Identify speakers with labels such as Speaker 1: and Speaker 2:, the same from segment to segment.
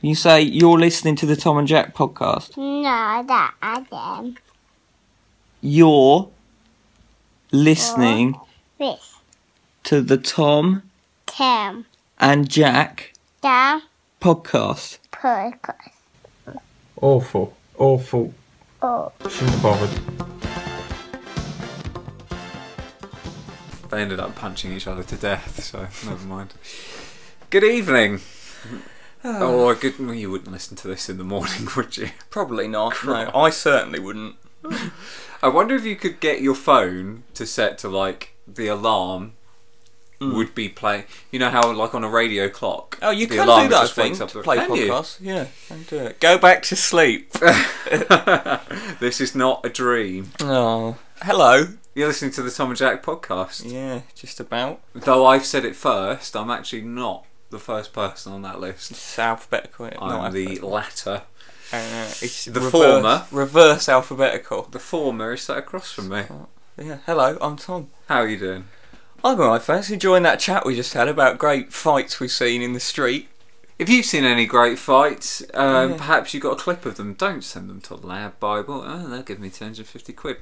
Speaker 1: You say you're listening to the Tom and Jack podcast.
Speaker 2: No, that I am.
Speaker 1: You're listening
Speaker 2: This
Speaker 1: to the Tom
Speaker 2: Tim
Speaker 1: and Jack
Speaker 2: Dam
Speaker 1: podcast.
Speaker 2: Podcast.
Speaker 3: Awful. Awful.
Speaker 2: Oh.
Speaker 3: Shouldn't have bothered. They ended up punching each other to death, so never mind. Good evening.
Speaker 4: Ah.
Speaker 3: Oh, I good. Well, you wouldn't listen to this in the morning, would you?
Speaker 4: Probably not. No, I certainly wouldn't.
Speaker 3: I wonder if you could get your phone to set to like the alarm would be play. You know how like on a radio clock.
Speaker 4: Mm. Oh, you
Speaker 3: the
Speaker 4: can
Speaker 3: alarm
Speaker 4: do that
Speaker 3: just
Speaker 4: thing
Speaker 3: wakes
Speaker 4: to
Speaker 3: up the-
Speaker 4: play
Speaker 3: Can you?
Speaker 4: podcasts. Yeah, can do it. Go back to sleep.
Speaker 3: this is not a dream.
Speaker 4: oh, hello.
Speaker 3: You're listening to the Tom and Jack podcast.
Speaker 4: Yeah, just about.
Speaker 3: Though I've said it first, I'm actually not the first person on that list.
Speaker 4: It's alphabetical. isn't it?
Speaker 3: I'm
Speaker 4: Not
Speaker 3: the
Speaker 4: alphabetical.
Speaker 3: latter.
Speaker 4: Uh, it's
Speaker 3: the
Speaker 4: reverse-
Speaker 3: former.
Speaker 4: Reverse alphabetical.
Speaker 3: The former is sat across from me.
Speaker 4: Yeah. Hello, I'm Tom.
Speaker 3: How are you doing?
Speaker 4: I'm alright, thanks. Enjoying that chat we just had about great fights we've seen in the street.
Speaker 3: If you've seen any great fights, um,
Speaker 4: Yeah.
Speaker 3: perhaps you got a clip of them. Don't send them to Lab Bible. Oh, they'll give me 250 quid.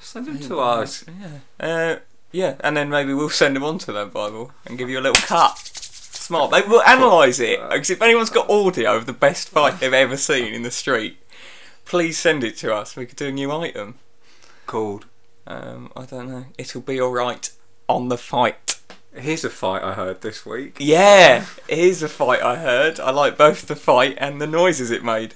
Speaker 3: Send
Speaker 4: Oh,
Speaker 3: them to us.
Speaker 4: Yeah. Uh, yeah, and then maybe we'll send them on to their Bible and give you a little cut. Smart. Maybe we'll analyse it. Because if anyone's got audio of the best fight they've ever seen in the street, please send it to us. We could do a new item.
Speaker 3: Called.
Speaker 4: Um, I don't know. It'll be alright on the fight.
Speaker 3: Here's a fight I heard this week.
Speaker 4: Yeah, here's a fight I heard. I like both the fight and the noises it made.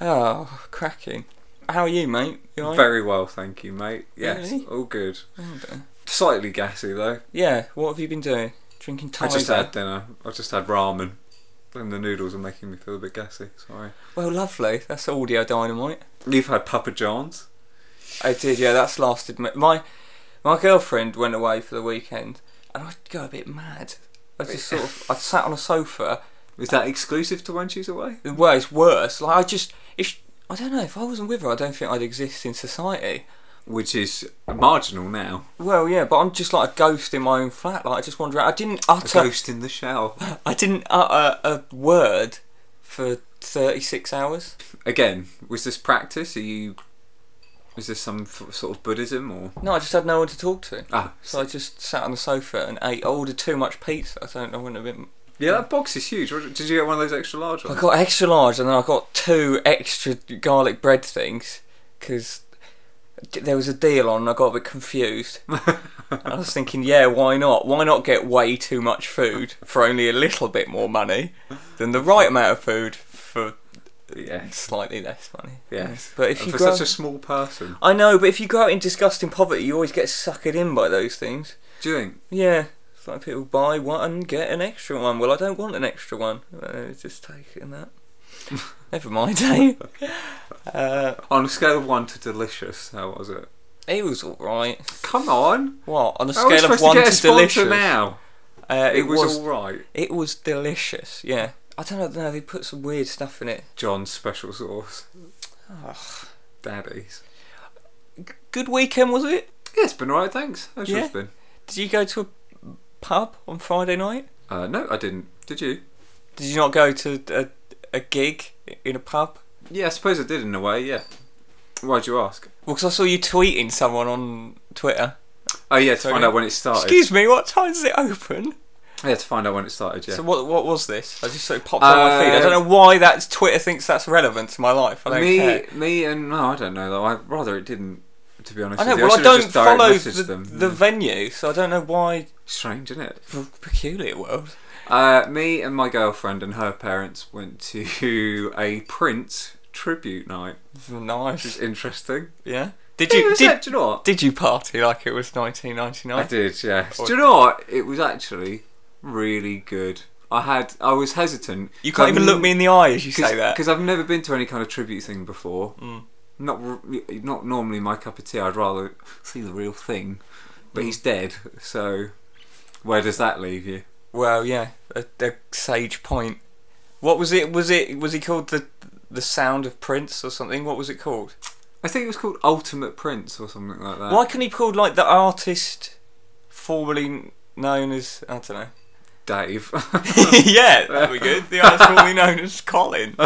Speaker 4: Oh, cracking. How are you, mate? You alright?
Speaker 3: Very well, thank you, mate. Yes,
Speaker 4: Really?
Speaker 3: all good.
Speaker 4: Oh, dear.
Speaker 3: Slightly gassy, though.
Speaker 4: Yeah, what have you been doing? Drinking
Speaker 3: I
Speaker 4: Tiger?
Speaker 3: just had dinner. I just had ramen. And the noodles are making me feel a bit gassy. Sorry.
Speaker 4: Well, lovely. That's audio dynamite.
Speaker 3: You've had Papa John's.
Speaker 4: I did, yeah. That's lasted. me- My my girlfriend went away for the weekend, and I'd go a bit mad. I just sort of I sat on a sofa.
Speaker 3: Is that exclusive to when she's away?
Speaker 4: Well, it's worse. Like I just if I don't know if I wasn't with her, I don't think I'd exist in society.
Speaker 3: Which is marginal now.
Speaker 4: Well, yeah, but I'm just like a ghost in my own flat. Like I just wander out. I didn't
Speaker 3: A
Speaker 4: utter.
Speaker 3: ghost in the shell.
Speaker 4: I didn't utter a word for thirty six hours.
Speaker 3: Again, was this practice? Are you. Was this some f- sort of Buddhism or.
Speaker 4: No, I just had no one to talk to.
Speaker 3: Ah.
Speaker 4: So I just sat on the sofa and ate. I ordered too much pizza. I don't. I wouldn't have been
Speaker 3: Yeah, that box is huge. What- Did you get one of those extra large
Speaker 4: I
Speaker 3: ones?
Speaker 4: got extra large, and then I got two extra garlic bread things because there was a deal on, and I got a bit confused. I was thinking, yeah, why not? Why not get way too much food for only a little bit more money than the right amount of food for
Speaker 3: Yes.
Speaker 4: slightly less money?
Speaker 3: Yes.
Speaker 4: but if
Speaker 3: And
Speaker 4: you
Speaker 3: For
Speaker 4: grow,
Speaker 3: such a small person.
Speaker 4: I know, but if you grow up in disgusting poverty, you always get suckered in by those things.
Speaker 3: Do you think?
Speaker 4: Yeah. It's like people buy one, get an extra one. Well, I don't want an extra one. Uh, just taking that. Never mind, eh? Uh,
Speaker 3: On a scale of 1 to delicious, how was it?
Speaker 4: it was alright.
Speaker 3: Come on!
Speaker 4: What? On a
Speaker 3: How are we
Speaker 4: scale of
Speaker 3: supposed
Speaker 4: one
Speaker 3: to
Speaker 4: to,
Speaker 3: get a sponsor
Speaker 4: delicious.
Speaker 3: now?
Speaker 4: Uh,
Speaker 3: It,
Speaker 4: it,
Speaker 3: was,
Speaker 4: was,
Speaker 3: alright.
Speaker 4: it was delicious, yeah. I don't know, no, they put some weird stuff in it.
Speaker 3: John's special sauce. Daddy's.
Speaker 4: Good weekend, was it?
Speaker 3: Yeah, it's been alright, thanks. How's yours
Speaker 4: Yeah.
Speaker 3: been?
Speaker 4: Did you go to a pub on Friday night?
Speaker 3: Uh, no, I didn't. Did you?
Speaker 4: Did you not go to a, a gig in a pub?
Speaker 3: Yeah, I suppose I did in a way, yeah. Why'd you ask?
Speaker 4: Well, 'cause I saw you tweeting someone on Twitter.
Speaker 3: Oh, yeah, to
Speaker 4: Sorry?
Speaker 3: find out when it started.
Speaker 4: Excuse me, what time does it open?
Speaker 3: Yeah, to find out when it started, yeah. Uh,
Speaker 4: So what what was this? I just sort of popped on my feed. I don't know why that Twitter thinks that's relevant to my life. I don't
Speaker 3: me,
Speaker 4: care.
Speaker 3: me and... No, I don't know, though. I'd rather it didn't, to be honest
Speaker 4: I know.
Speaker 3: with you.
Speaker 4: Well, I,
Speaker 3: should've
Speaker 4: don't
Speaker 3: just direct
Speaker 4: follow
Speaker 3: messaged
Speaker 4: the,
Speaker 3: them.
Speaker 4: the
Speaker 3: Yeah.
Speaker 4: venue, so I don't know why.
Speaker 3: Strange, isn't it?
Speaker 4: Peculiar world.
Speaker 3: Uh, me and my girlfriend and her parents went to a Prince tribute night, which
Speaker 4: Nice.
Speaker 3: is interesting.
Speaker 4: Yeah. Did
Speaker 3: Yeah, it
Speaker 4: you
Speaker 3: was
Speaker 4: did,
Speaker 3: it, do you know what?
Speaker 4: did you party like it was
Speaker 3: I
Speaker 4: 1999?
Speaker 3: did, yes.
Speaker 4: Or-
Speaker 3: Do you know what? It was actually really good. I had, I was hesitant.
Speaker 4: You can't even look me in the eye as you say that. Mm.
Speaker 3: because I've never been to any kind of tribute thing before. Not r- not normally my cup of tea. I'd rather see the real thing,
Speaker 4: Mm.
Speaker 3: but he's dead. So where does that leave you?
Speaker 4: Well, yeah, a, a sage point. What was it? Was it was he called the the Sound of Prince or something? What was it called?
Speaker 3: I think it was called Ultimate Prince or something like that.
Speaker 4: Why couldn't he be called like the artist formerly known as I don't know?
Speaker 3: Dave.
Speaker 4: yeah, that'd be good. The artist formerly known as Colin.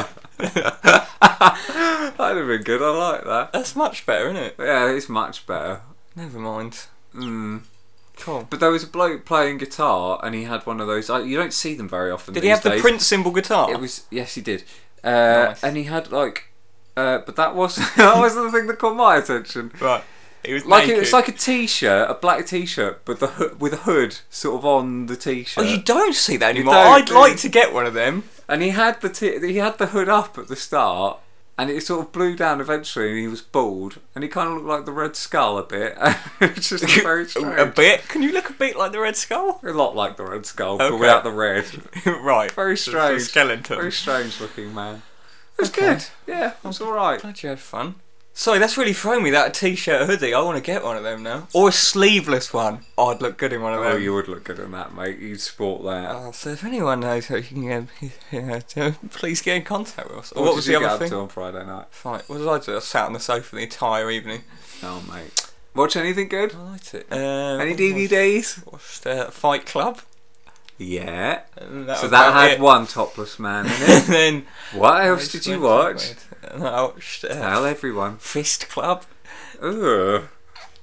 Speaker 3: That'd have been good. I like that.
Speaker 4: That's much better, isn't it?
Speaker 3: But yeah, it's much better.
Speaker 4: Never mind.
Speaker 3: Mm.
Speaker 4: Cool.
Speaker 3: But there was a bloke playing guitar, and he had one of those. I, you don't see them very often.
Speaker 4: Did
Speaker 3: these
Speaker 4: he have the
Speaker 3: days.
Speaker 4: Prince symbol guitar?
Speaker 3: It was yes, he did. Uh,
Speaker 4: Oh. Nice.
Speaker 3: And he had like, uh, but that was that was the thing that caught my attention.
Speaker 4: right. He was
Speaker 3: Like
Speaker 4: naked.
Speaker 3: it was like a t-shirt, a black t-shirt, but the hoo- with a hood sort of on the
Speaker 4: Oh,
Speaker 3: t-shirt.
Speaker 4: you don't see that anymore.
Speaker 3: don't,
Speaker 4: I'd
Speaker 3: do you?
Speaker 4: like to get one of them.
Speaker 3: and he had the t- he had the hood up at the start, and it sort of blew down eventually, and he was bald, and he kind of looked like the Red Skull a bit. it's just very strange.
Speaker 4: A bit. Can you look a bit like the Red Skull?
Speaker 3: A lot like the Red Skull,
Speaker 4: Okay.
Speaker 3: but without the red.
Speaker 4: right.
Speaker 3: Very
Speaker 4: It's a
Speaker 3: strange.
Speaker 4: skeleton.
Speaker 3: Very strange looking man. It was
Speaker 4: Okay.
Speaker 3: good. Yeah, it was all right.
Speaker 4: Glad you had fun. Sorry, that's really thrown me. That t-shirt hoodie. I want to get one of them now, or a sleeveless one. Oh, I'd look good in one of them.
Speaker 3: Oh, you would look good in that, mate. You'd sport that.
Speaker 4: Uh, so if anyone knows how you can get, yeah, to- please get in contact with us. Or
Speaker 3: what
Speaker 4: what, was
Speaker 3: did
Speaker 4: the other
Speaker 3: you get up
Speaker 4: thing?
Speaker 3: to on Friday night?
Speaker 4: Fine. What did I do? I sat on the sofa the entire evening.
Speaker 3: Oh, mate. Watch anything good?
Speaker 4: I liked it. Uh,
Speaker 3: Any
Speaker 4: what
Speaker 3: DVDs?
Speaker 4: Watched, watched uh, Fight Club.
Speaker 3: Yeah.
Speaker 4: and that
Speaker 3: so
Speaker 4: was
Speaker 3: that
Speaker 4: about
Speaker 3: had
Speaker 4: it.
Speaker 3: one topless man in
Speaker 4: and
Speaker 3: it.
Speaker 4: then
Speaker 3: what
Speaker 4: I
Speaker 3: else
Speaker 4: just
Speaker 3: did
Speaker 4: went
Speaker 3: you
Speaker 4: to
Speaker 3: watch?
Speaker 4: bed. And I watched uh,
Speaker 3: Tell everyone.
Speaker 4: Fist Club. No,
Speaker 3: Ugh.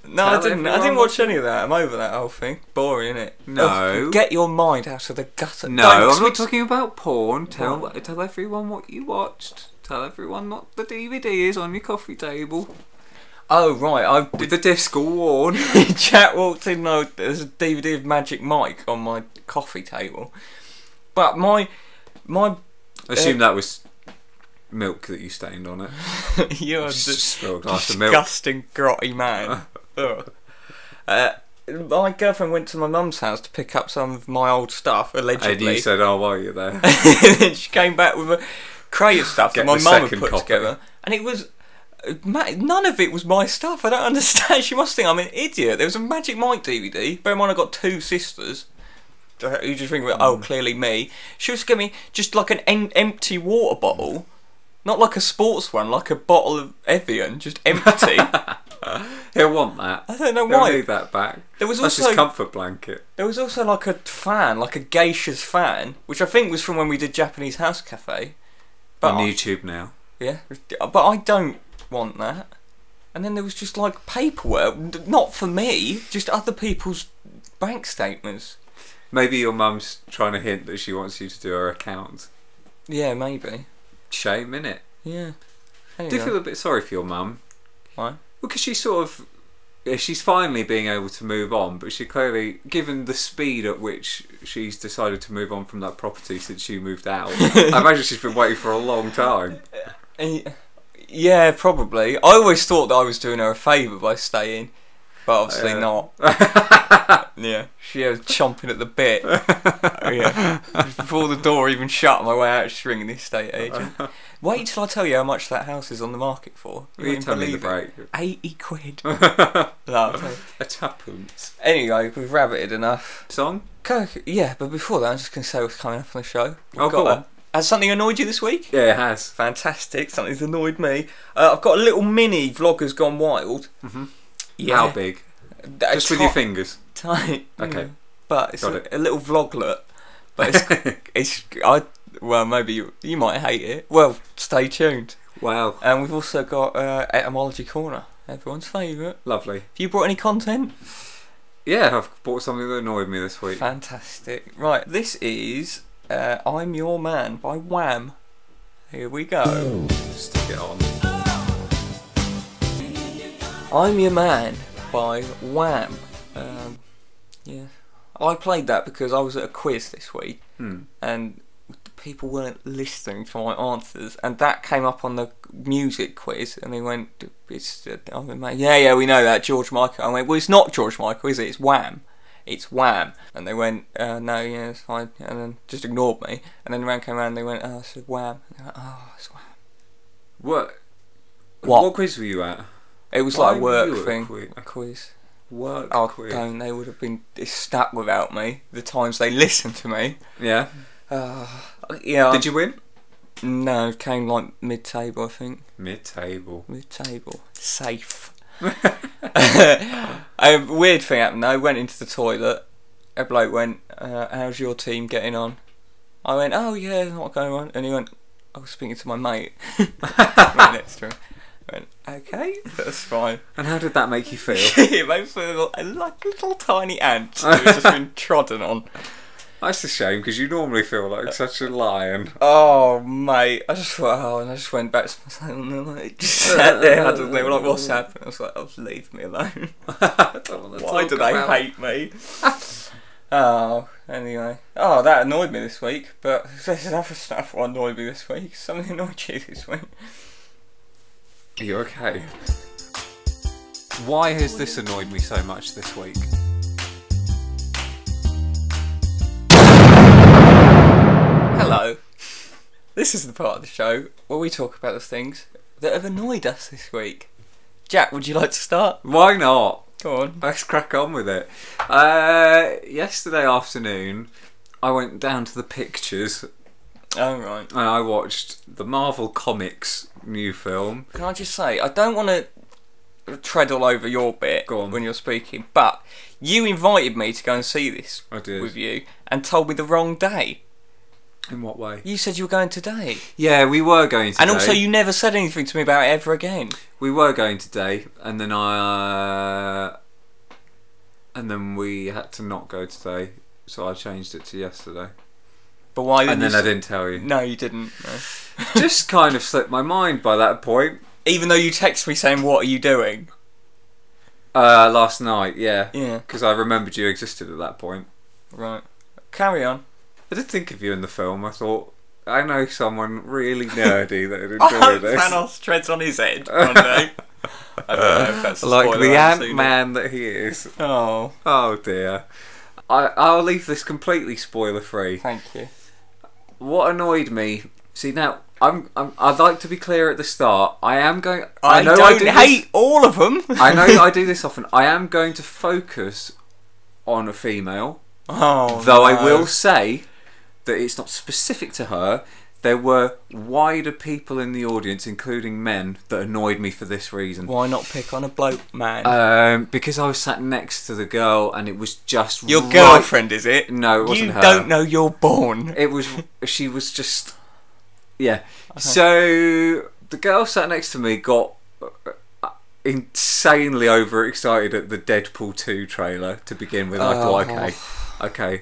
Speaker 4: I
Speaker 3: Tell
Speaker 4: didn't. I
Speaker 3: everyone
Speaker 4: didn't
Speaker 3: what
Speaker 4: watch any of that. I'm over that whole thing. Boring, innit?
Speaker 3: No.
Speaker 4: Ugh, get your mind out of the gutter.
Speaker 3: No,
Speaker 4: Don't, 'cause
Speaker 3: I'm
Speaker 4: we-
Speaker 3: not talking about porn. Tell tell everyone what you watched. Tell everyone what the DVD is on your coffee table.
Speaker 4: Oh right, I
Speaker 3: Did the disc all warn?
Speaker 4: chat walked in. No, there's a DVD of Magic Mike on my coffee table, but my my
Speaker 3: Assume that was milk that you stained on it.
Speaker 4: you're
Speaker 3: Just
Speaker 4: dis-
Speaker 3: spill a glass of milk.
Speaker 4: disgusting grotty man. Ugh. uh, my girlfriend went to my mum's house to pick up some of my old stuff
Speaker 3: And
Speaker 4: allegedly.
Speaker 3: you said, "Oh, while you're there."
Speaker 4: and then she came back with a crate of stuff
Speaker 3: Get
Speaker 4: that my
Speaker 3: the
Speaker 4: mum had
Speaker 3: second
Speaker 4: put
Speaker 3: copy.
Speaker 4: together, and it was. Ma- None of it was my stuff. I don't understand. She must think I'm an idiot. There was a Magic Mike DVD. Bear in mind, I got two sisters. uh, Who just think, oh,
Speaker 3: Mm.
Speaker 4: clearly me. She was giving me just like an em- empty water bottle, not like a sports one, like a bottle of Evian, just empty. I
Speaker 3: He'll want that.
Speaker 4: don't know
Speaker 3: He'll
Speaker 4: why.
Speaker 3: need that back.
Speaker 4: There was
Speaker 3: That's
Speaker 4: also-
Speaker 3: his comfort blanket.
Speaker 4: There was also like a fan, like a geisha's fan, which I think was from when we did Japanese House Cafe.
Speaker 3: on
Speaker 4: I-
Speaker 3: YouTube now.
Speaker 4: Yeah, but I don't want that. And then there was just like paperwork, n- not for me, just other people's bank statements.
Speaker 3: Maybe your mum's trying to hint that she wants you to do her account.
Speaker 4: Yeah, maybe.
Speaker 3: Shame, innit?
Speaker 4: Yeah.
Speaker 3: I
Speaker 4: Anyway.
Speaker 3: do feel a bit sorry for your mum.
Speaker 4: Why?
Speaker 3: Because she's sort of. Yeah, she's finally being able to move on, but she clearly, given the speed at which she's decided to move on from that property since you moved out, I imagine she's been waiting for a long time.
Speaker 4: Eh, Yeah, probably. I always thought that I was doing her a favour by staying, but obviously
Speaker 3: Yeah.
Speaker 4: not. yeah, she was chomping at the bit. Oh, yeah, before the door even shut, on my way out, she's ringing the estate agent. Wait till I tell you how much that house is on the market for.
Speaker 3: Will you
Speaker 4: won't
Speaker 3: tell me the
Speaker 4: believe it.
Speaker 3: break?
Speaker 4: 80 quid. no, I'll tell you.
Speaker 3: A tuppence.
Speaker 4: anyway, we've rabbited enough.
Speaker 3: Song?
Speaker 4: Kirk, yeah, but before that, I'm just going to say what's coming up on the show. We've
Speaker 3: Oh, go
Speaker 4: a-
Speaker 3: on.
Speaker 4: Has something annoyed you this week?
Speaker 3: Yeah, it has.
Speaker 4: Fantastic. Something's annoyed me. Uh, I've got a little mini vloggers gone wild.
Speaker 3: Mhm.
Speaker 4: Yeah.
Speaker 3: How big?
Speaker 4: A
Speaker 3: Just with your
Speaker 4: ti-
Speaker 3: fingers.
Speaker 4: Tiny.
Speaker 3: Okay.
Speaker 4: But it's
Speaker 3: Got
Speaker 4: a,
Speaker 3: it.
Speaker 4: a little vloglet. But it's, it's I well maybe you, you might hate it. Well, stay tuned.
Speaker 3: Wow.
Speaker 4: And we've also got uh, etymology corner, everyone's favourite.
Speaker 3: Lovely.
Speaker 4: Have you brought any content?
Speaker 3: Yeah, I've bought something that annoyed me this week.
Speaker 4: Fantastic. Right, this is uh, I'm Your Man by Wham. Here we go.
Speaker 3: Stick it on.
Speaker 4: I'm Your Man by Wham. Um, yeah. I played that because I was at a quiz this week
Speaker 3: Hmm.
Speaker 4: and people weren't listening to my answers and that came up on the music quiz and they went it's uh, I'm Your Man. yeah yeah we know that George Michael I went well it's not George Michael is it it's Wham it's Wham. And they went, uh, no, yeah, it's fine. And then just ignored me. And then the round came around and they went, oh, it's Wham. And they went, oh, it's Wham.
Speaker 3: What?
Speaker 4: What?
Speaker 3: quiz were you at?
Speaker 4: It was
Speaker 3: Why
Speaker 4: like a work
Speaker 3: were you at
Speaker 4: thing.
Speaker 3: quiz?
Speaker 4: A quiz.
Speaker 3: Work
Speaker 4: Oh,
Speaker 3: quiz.
Speaker 4: don't. They would have been stuck without me. The times they listened to me.
Speaker 3: Yeah.
Speaker 4: Uh, yeah.
Speaker 3: Did you win?
Speaker 4: you? No, it came like mid table, I think.
Speaker 3: Mid table.
Speaker 4: Mid table. Safe. Um, a weird thing happened though. I went into the toilet. A bloke went, uh, "How's your team getting on?" I went, "Oh yeah, not going on." And he went, "I was speaking to my mate right next to him." I went, "Okay, that's fine."
Speaker 3: And how did that make you feel?
Speaker 4: it makes me feel like a little tiny ant who's just been trodden on.
Speaker 3: That's a shame because you normally feel
Speaker 4: Uh,
Speaker 3: like such a lion.
Speaker 4: Oh mate, I just thought, oh, and I just went back to myself and I like, just sat there. I just, they were like, "What's happening?" I was like, "Oh, leave me alone."
Speaker 3: I don't wanna
Speaker 4: Why
Speaker 3: talk
Speaker 4: do they
Speaker 3: about-
Speaker 4: hate me? oh, anyway. Oh, that annoyed me this week, but there's other stuff that annoyed me this week. Something annoyed you this week.
Speaker 3: Are you okay? Why has this annoyed me so much this week?
Speaker 4: Hello. This is the part of the show where we talk about the things that have annoyed us this week. Jack, would you like to start?
Speaker 3: Why not?
Speaker 4: Go on.
Speaker 3: Let's crack on with it. Uh, yesterday afternoon, I went down to the pictures
Speaker 4: All right.
Speaker 3: and I watched the Marvel Comics new film.
Speaker 4: Can I just say, I don't want to tread all over your bit
Speaker 3: Go on.
Speaker 4: when you're speaking, but you invited me to go and see this
Speaker 3: I did.
Speaker 4: with you and told me the wrong day.
Speaker 3: In what way?
Speaker 4: You said you were going today.
Speaker 3: Yeah, we were going today.
Speaker 4: And also, you never said anything to me about it ever again.
Speaker 3: we were going today, and then I, uh, and then we had to not go today, so I changed it to yesterday.
Speaker 4: But why? didn't
Speaker 3: And then
Speaker 4: you
Speaker 3: I
Speaker 4: s-
Speaker 3: didn't tell you.
Speaker 4: No, you didn't. no.
Speaker 3: Just kind of slipped my mind by that point.
Speaker 4: Even though you text me saying, "What are you doing?"
Speaker 3: Uh, last night, yeah,
Speaker 4: Yeah.
Speaker 3: because I remembered you existed at that point.
Speaker 4: Right. Carry on.
Speaker 3: I did think of you in the film. I thought I know someone really nerdy that would enjoy
Speaker 4: Oh,
Speaker 3: this,
Speaker 4: Thanos treads on his head one day. I don't know if that's a
Speaker 3: like
Speaker 4: spoiler,
Speaker 3: the
Speaker 4: I haven't seen
Speaker 3: Ant Man that he is.
Speaker 4: it. Oh,
Speaker 3: Oh dear. I, I'll leave this completely spoiler free.
Speaker 4: thank you.
Speaker 3: What annoyed me, see now, I'm, I'm I'd like to be clear at the start. I am going.
Speaker 4: I,
Speaker 3: know
Speaker 4: don't
Speaker 3: I do
Speaker 4: hate all of them.
Speaker 3: This, I know I do this often. I am going to focus on a female,
Speaker 4: oh,
Speaker 3: though I
Speaker 4: no.
Speaker 3: will say that it's not specific to her. There were wider people in the audience, including men, that annoyed me for this reason.
Speaker 4: Why not pick on a bloke man?
Speaker 3: Um, because I was sat next to the girl, and it was just
Speaker 4: Your
Speaker 3: right-
Speaker 4: girlfriend is it?
Speaker 3: No, it wasn't
Speaker 4: you
Speaker 3: her.
Speaker 4: don't know you're born.
Speaker 3: It was. She was just. Yeah.
Speaker 4: Uh-huh.
Speaker 3: So the girl sat next to me got uh, insanely overexcited at the Deadpool two trailer to begin with. I thought,
Speaker 4: Oh.
Speaker 3: okay, okay,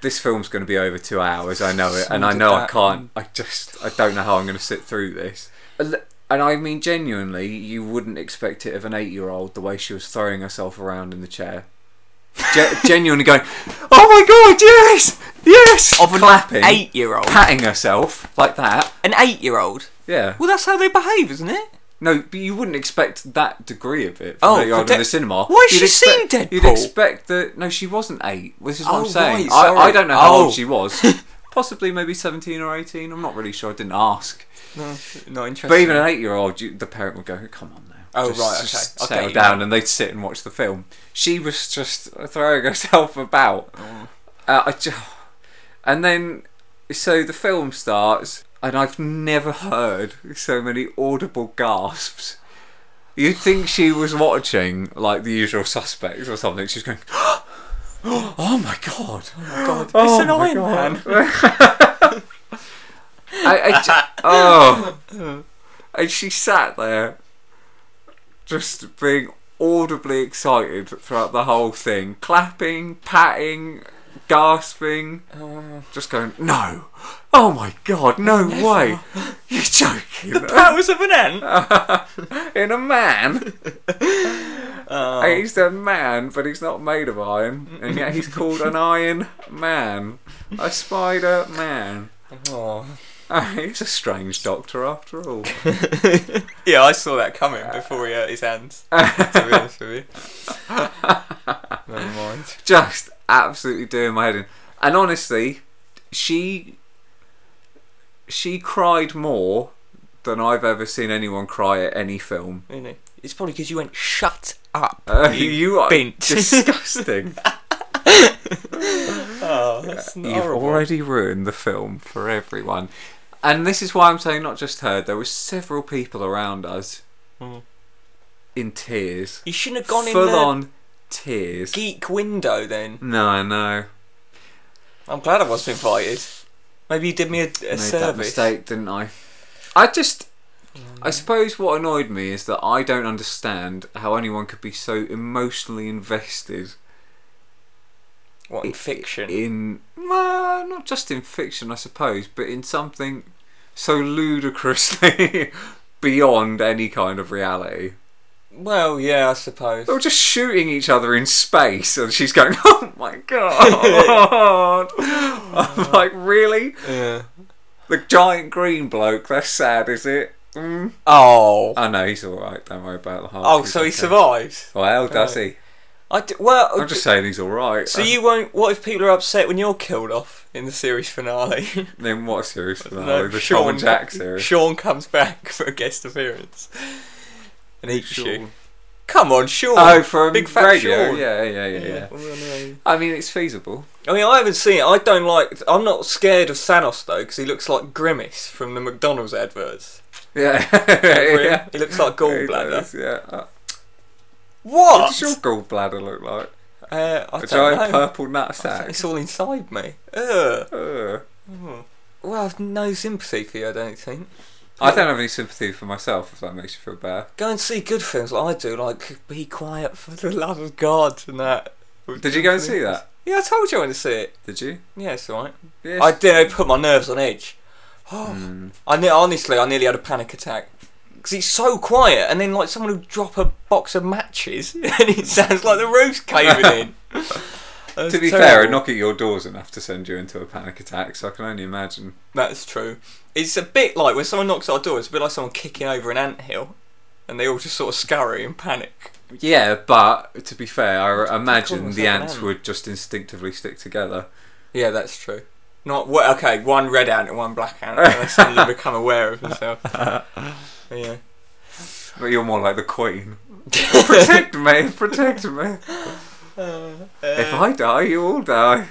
Speaker 3: this film's going to be over two hours. I know it, and
Speaker 4: So
Speaker 3: I
Speaker 4: did
Speaker 3: know I
Speaker 4: that.
Speaker 3: can't. I just. I don't know how I'm going to sit through this. And I mean, genuinely, you wouldn't expect it of an eight-year-old the way she was throwing herself around in the chair. Ge- genuinely going, oh my god, yes, yes,
Speaker 4: Of an
Speaker 3: clapping,
Speaker 4: eight-year-old.
Speaker 3: patting herself like that.
Speaker 4: An eight-year-old.
Speaker 3: Yeah.
Speaker 4: Well, that's how they behave, isn't it?
Speaker 3: No, but you wouldn't expect that degree of it from
Speaker 4: Oh,
Speaker 3: an eight-year-old
Speaker 4: for
Speaker 3: in
Speaker 4: De-
Speaker 3: the cinema.
Speaker 4: Why has
Speaker 3: You'd
Speaker 4: she
Speaker 3: expect-
Speaker 4: seen
Speaker 3: You'd
Speaker 4: Deadpool?
Speaker 3: expect that. No, she wasn't eight. Which is what
Speaker 4: Oh,
Speaker 3: I'm saying.
Speaker 4: right,
Speaker 3: I, I
Speaker 4: sorry.
Speaker 3: don't know how
Speaker 4: Oh.
Speaker 3: old she was. Possibly maybe seventeen or eighteen. I'm not really sure. I didn't ask.
Speaker 4: No, not interested.
Speaker 3: But even an eight-year-old, you, the parent would go, "Come on now."
Speaker 4: Oh,
Speaker 3: just-
Speaker 4: right, okay.
Speaker 3: just
Speaker 4: I'll get
Speaker 3: settle
Speaker 4: you
Speaker 3: down, and they'd sit and watch the film. She was just throwing herself about.
Speaker 4: Mm.
Speaker 3: Uh, I ju- and then, so the film starts, and I've never heard so many audible gasps. You'd think she was watching like The Usual Suspects or something. She's going, "Oh my god!"
Speaker 4: God,
Speaker 3: Oh
Speaker 4: it's an
Speaker 3: my
Speaker 4: Iron
Speaker 3: God.
Speaker 4: Man.
Speaker 3: I, I ju- oh, and she sat there, just being audibly excited throughout the whole thing, clapping, patting, gasping, just going, "No, oh my god, no way, you're joking."
Speaker 4: Powers of an ant.
Speaker 3: In a man,
Speaker 4: Oh.
Speaker 3: he's a man, but he's not made of iron, and yet he's called an Iron Man, a Spider Man.
Speaker 4: Oh.
Speaker 3: Ah, He's a strange doctor after all.
Speaker 4: Yeah, I saw that coming before he hurt his hands. to be honest with you. Never mind.
Speaker 3: Just absolutely doing my head in. And honestly, she she cried more than I've ever seen anyone cry at any film.
Speaker 4: Really? It's probably because you went, shut up.
Speaker 3: Uh, you, are
Speaker 4: bint."
Speaker 3: disgusting.
Speaker 4: Oh, that's
Speaker 3: You've already ruined the film for everyone. And this is why I'm saying not just her. There were several people around us
Speaker 4: Mm.
Speaker 3: in tears,
Speaker 4: You shouldn't have gone in
Speaker 3: full
Speaker 4: the
Speaker 3: on tears.
Speaker 4: geek window then.
Speaker 3: No, I know.
Speaker 4: I'm glad I wasn't invited. Maybe you did me a, a
Speaker 3: Made that
Speaker 4: service.
Speaker 3: mistake, didn't I? I just. I suppose what annoyed me is that I don't understand how anyone could be so emotionally invested
Speaker 4: What in fiction?
Speaker 3: in. Well, not just in fiction, I suppose, but in something so ludicrously beyond any kind of reality.
Speaker 4: well, yeah, I suppose.
Speaker 3: They were just shooting each other in space, and she's going, "Oh my god!" I'm like, "Really?
Speaker 4: Yeah.
Speaker 3: The giant green bloke? That's sad, is it?" Mm.
Speaker 4: Oh.
Speaker 3: I know he's all right. Don't worry about the heart.
Speaker 4: Oh, so he
Speaker 3: okay.
Speaker 4: survives.
Speaker 3: Well, does he?
Speaker 4: I d- well.
Speaker 3: I'm just saying uh, he's all right.
Speaker 4: So you won't. What if people are upset when you're killed off in the series finale?
Speaker 3: Then what series? No,
Speaker 4: No,
Speaker 3: the Tom and Jack series.
Speaker 4: Sean comes back for a guest appearance. And eats you.
Speaker 3: Sean.
Speaker 4: Come on, Sean.
Speaker 3: Oh, from
Speaker 4: Big Fat
Speaker 3: radio.
Speaker 4: Sean. Oh,
Speaker 3: Yeah, yeah, yeah, yeah. I mean, it's feasible.
Speaker 4: I mean, I haven't seen it. I don't like. I'm not scared of Thanos though, because he looks like Grimace from the McDonald's adverts.
Speaker 3: Yeah,
Speaker 4: Grim-
Speaker 3: yeah.
Speaker 4: He looks like
Speaker 3: Yeah, he
Speaker 4: gallbladder.
Speaker 3: does, yeah. Uh, what
Speaker 4: What?
Speaker 3: does your gallbladder look like?
Speaker 4: Uh, I
Speaker 3: A
Speaker 4: don't
Speaker 3: giant
Speaker 4: know.
Speaker 3: purple nutsack.
Speaker 4: It's all inside me. Ugh.
Speaker 3: Ugh.
Speaker 4: Well, I've no sympathy for you. I don't think.
Speaker 3: I don't have any sympathy for myself, if that makes you feel better.
Speaker 4: Go and see good films like I do, like Be Quiet for the Love of God and that.
Speaker 3: Did you go and see that?
Speaker 4: Yeah, I told you I went to see it.
Speaker 3: Did you?
Speaker 4: Yeah, it's alright.
Speaker 3: Yes.
Speaker 4: I did. It put my nerves on edge. Oh,
Speaker 3: Hmm.
Speaker 4: I ne- honestly, I nearly had a panic attack because it's so quiet, and then like someone will drop a box of matches, and it sounds like the roof's caving in. That's
Speaker 3: to be
Speaker 4: terrible.
Speaker 3: fair, a knock at your door's enough to send you into a panic attack, so I can only imagine.
Speaker 4: That's true. It's a bit like when someone knocks at our door. It's a bit like someone kicking over an anthill, and they all just sort of scurry in panic.
Speaker 3: Yeah, but to be fair, I
Speaker 4: call
Speaker 3: imagine
Speaker 4: myself
Speaker 3: the
Speaker 4: an
Speaker 3: ants
Speaker 4: ant?
Speaker 3: would just instinctively stick together.
Speaker 4: Yeah, that's true. Not well, okay. One red ant and one black ant, and they suddenly become aware of themselves. Yeah.
Speaker 3: But you're more like the queen. protect me, protect me.
Speaker 4: Uh,
Speaker 3: if I die, you all die.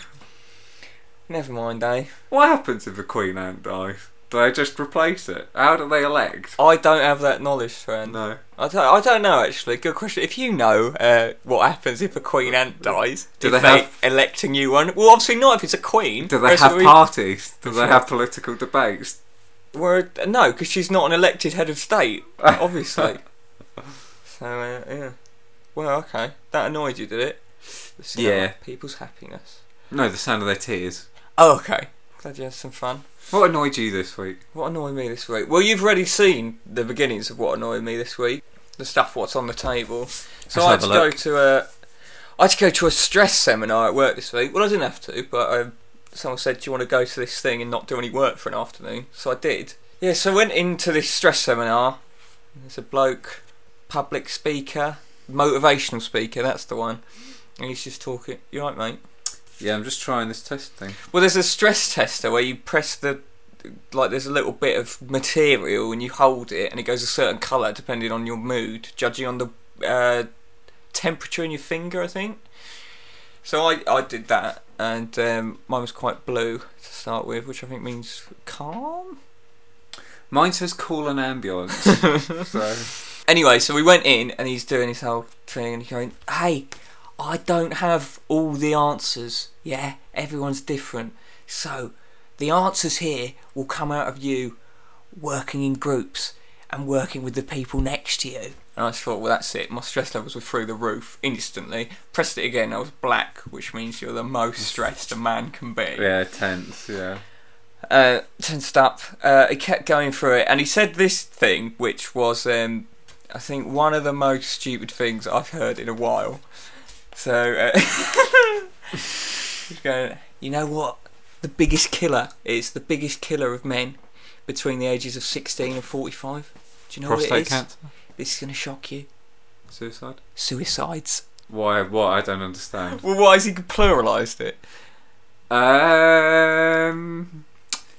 Speaker 4: Never mind, eh?
Speaker 3: What happens if the queen ant dies? Do they just replace it? How do they elect?
Speaker 4: I don't have that knowledge, friend.
Speaker 3: No.
Speaker 4: I don't, I don't know actually. Good question. If you know uh, what happens if a queen ant dies,
Speaker 3: Do
Speaker 4: if
Speaker 3: they
Speaker 4: they,
Speaker 3: have-
Speaker 4: elect a new one? Well, obviously not if it's a queen.
Speaker 3: Do they
Speaker 4: Whereas
Speaker 3: have
Speaker 4: we-
Speaker 3: parties? Do they have political debates?
Speaker 4: we're- no, because she's not an elected head of state, obviously. so uh, yeah. Well, okay. That annoyed you, did it? The sound
Speaker 3: Yeah.
Speaker 4: of People's happiness.
Speaker 3: No, the sound of their tears.
Speaker 4: Oh, okay. Glad you had some fun.
Speaker 3: What annoyed you this week?
Speaker 4: What annoyed me this week? Well, you've already seen the beginnings of what annoyed me this week. The stuff what's on the table. So
Speaker 3: Let's
Speaker 4: I had
Speaker 3: have
Speaker 4: to
Speaker 3: a
Speaker 4: go
Speaker 3: look.
Speaker 4: to a, I had to go to a stress seminar at work this week. Well, I didn't have to, but um, someone said, "Do you want to go to this thing and not do any work for an afternoon?" So I did. Yeah, so I went into this stress seminar. There's a bloke, public speaker, motivational speaker. That's the one. And he's just talking. You right, mate?
Speaker 3: Yeah, I'm just trying this test thing.
Speaker 4: Well, there's a stress tester where you press the like there's a little bit of material and you hold it and it goes a certain color depending on your mood, judging on the uh, temperature in your finger, I think. So I I did that and um, mine was quite blue to start with, which I think means calm.
Speaker 3: Mine says call an ambulance. so
Speaker 4: Anyway, so we went in and he's doing his whole thing and he's going, "Hey, I don't have all the answers. Yeah, everyone's different. So the answers here will come out of you working in groups and working with the people next to you. And I just thought, well, that's it. My stress levels were through the roof instantly. Pressed it again. I was black, which means you're the most stressed a man can be
Speaker 3: yeah, tense. Yeah.
Speaker 4: uh, tensed up. Uh, he kept going through it, and he said this thing, which was, um, I think, one of the most stupid things I've heard in a while. So, uh, he's going, you know what? The biggest killer is the biggest killer of men between the ages of 16 and 45. Do you know what it
Speaker 3: Prostate
Speaker 4: is?
Speaker 3: cancer,
Speaker 4: This is going to shock you.
Speaker 3: suicide.
Speaker 4: Suicides.
Speaker 3: Why? What? I don't understand.
Speaker 4: Well, why has he pluralised it?
Speaker 3: Um.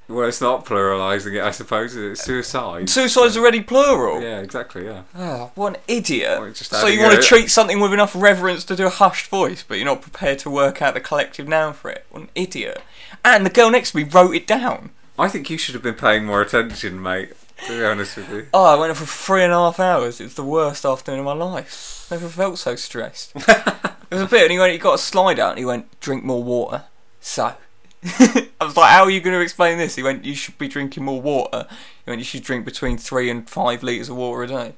Speaker 3: Well, it's not pluralising it, I suppose. is It's suicide.
Speaker 4: Suicide's already plural.
Speaker 3: Yeah, exactly. Yeah.
Speaker 4: Oh, what an idiot.
Speaker 3: Well, just
Speaker 4: so you
Speaker 3: adding
Speaker 4: want to
Speaker 3: a-
Speaker 4: treat something with enough reverence to do a hushed voice, but you're not prepared to work out the collective noun for it. What an idiot. And the girl next to me wrote it down.
Speaker 3: I think you should have been paying more attention, mate. To be honest with you.
Speaker 4: Oh, I went on for three and a half hours. It was the worst afternoon of my life. Never felt so stressed. it was a bit, and he went, he got a slide out and he went, drink more water. So, I was like, how are you going to explain this? He went, you should be drinking more water. He went, you should drink between three and five litres of water a day.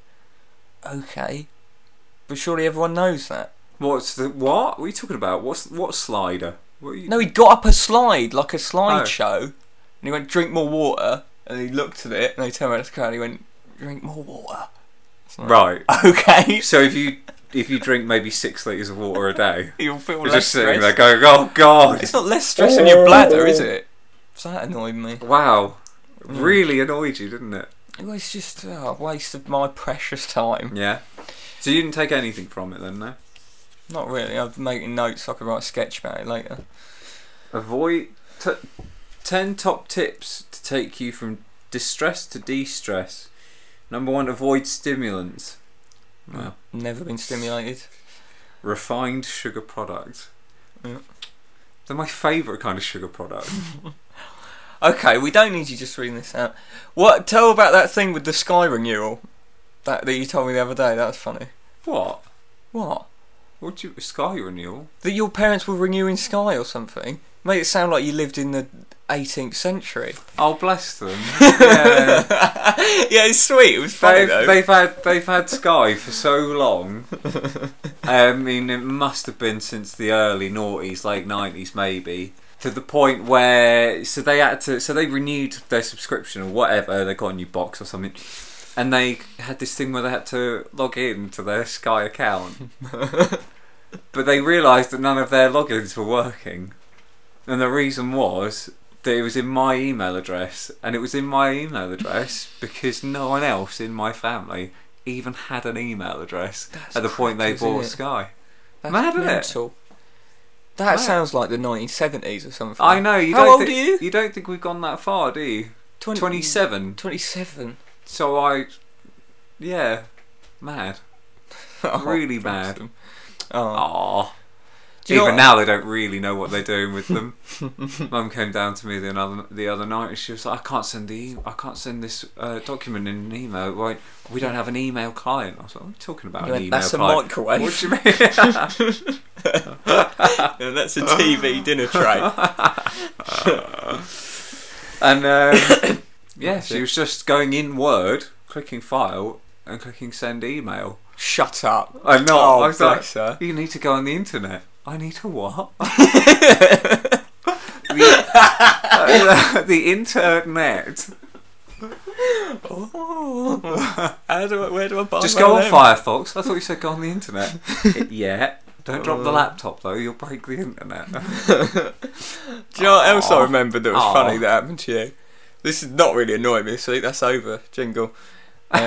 Speaker 4: Okay. But surely everyone knows that.
Speaker 3: What's the what? What are you talking about? What's what slider? What are you,
Speaker 4: No, he got up a slide, like a slideshow,
Speaker 3: Oh.
Speaker 4: show, and he went, drink more water. And he looked at it, and he turned around to the crowd, and he went, drink more water. It's like,
Speaker 3: Right.
Speaker 4: Okay.
Speaker 3: So if you if you drink maybe six liters of water a day,
Speaker 4: You'll feel
Speaker 3: you're
Speaker 4: less
Speaker 3: just sitting there
Speaker 4: stressed.
Speaker 3: going, "Oh God,
Speaker 4: It's not less stress on your bladder, is it? So that annoyed me.
Speaker 3: wow."
Speaker 4: Mm.
Speaker 3: Really annoyed you, didn't it?
Speaker 4: It was just oh, a waste of my precious time.
Speaker 3: Yeah. So you didn't take anything from it then, no?
Speaker 4: Not really. I'm making notes. I could write a sketch about it later.
Speaker 3: Avoid t- ten top tips to take you from distress to de-stress. Number one, avoid stimulants. Well,
Speaker 4: Never been stimulated.
Speaker 3: refined sugar products.
Speaker 4: Yeah.
Speaker 3: They're my favourite kind of sugar product.
Speaker 4: Okay, we don't need you just reading this out. What? Tell about that thing with the sky renewal that that you told me the other day. That was funny.
Speaker 3: what?
Speaker 4: What?
Speaker 3: What do you sky renewal?
Speaker 4: That your parents were renewing sky or something? Made it sound like you lived in the 18th century.
Speaker 3: Oh, bless them. Yeah.
Speaker 4: yeah, it's sweet. It was funny
Speaker 3: They've,
Speaker 4: though.
Speaker 3: they've had they've had Sky for so long. I mean, it must have been since the early noughties, late nineties, maybe to the point where so they had to so they renewed their subscription or whatever they got a new box or something, and they had this thing where they had to log in to their Sky account, but they realised that none of their logins were working, and the reason was that it was in my email address, and it was in my email address because no one else in my family even had an email address at the point they
Speaker 4: crackers, isn't
Speaker 3: bought
Speaker 4: it?
Speaker 3: Sky.
Speaker 4: That's
Speaker 3: Mad, isn't it?
Speaker 4: mental. That
Speaker 3: Mad.
Speaker 4: sounds like the 1970s or something.
Speaker 3: I know. You
Speaker 4: How
Speaker 3: don't
Speaker 4: old
Speaker 3: thi-
Speaker 4: are you?
Speaker 3: You don't think we've gone that far, do you?
Speaker 4: Twenty-
Speaker 3: Twenty-seven.
Speaker 4: 27.
Speaker 3: So I, yeah, mad, really mad.
Speaker 4: awesome. Oh.
Speaker 3: Aw.
Speaker 4: Do you know
Speaker 3: Even
Speaker 4: what-
Speaker 3: now, they don't really know what they're doing with them. Mum came down to me the other the other night, and she was like, "I can't send the e- I can't send this uh, document in an email. It won't- we don't have an email client." I was like, "What are you talking about?
Speaker 4: You
Speaker 3: an
Speaker 4: went,
Speaker 3: email
Speaker 4: "That's a
Speaker 3: client?"
Speaker 4: microwave.
Speaker 3: What do you mean?
Speaker 4: that's a TV dinner tray.
Speaker 3: and um, yeah,
Speaker 4: That's
Speaker 3: she
Speaker 4: it.
Speaker 3: was just going in Word, clicking file, and clicking send email.
Speaker 4: Shut up.
Speaker 3: I'm not.
Speaker 4: Oh,
Speaker 3: I was
Speaker 4: bless
Speaker 3: like,
Speaker 4: her.
Speaker 3: you need to go on the internet. I need to what? the, the internet.
Speaker 4: Oh. How do I, where do I buy
Speaker 3: Just
Speaker 4: my
Speaker 3: go on
Speaker 4: lemon?
Speaker 3: Firefox. I thought you said go on the internet. yeah. Don't drop
Speaker 4: Uh.
Speaker 3: the laptop though. You'll break the internet.
Speaker 4: Do you know what else
Speaker 3: Aw.
Speaker 4: I remembered that was
Speaker 3: Aw.
Speaker 4: funny that happened to you? This is not really annoying me this week. That's over. Jingle. Uh,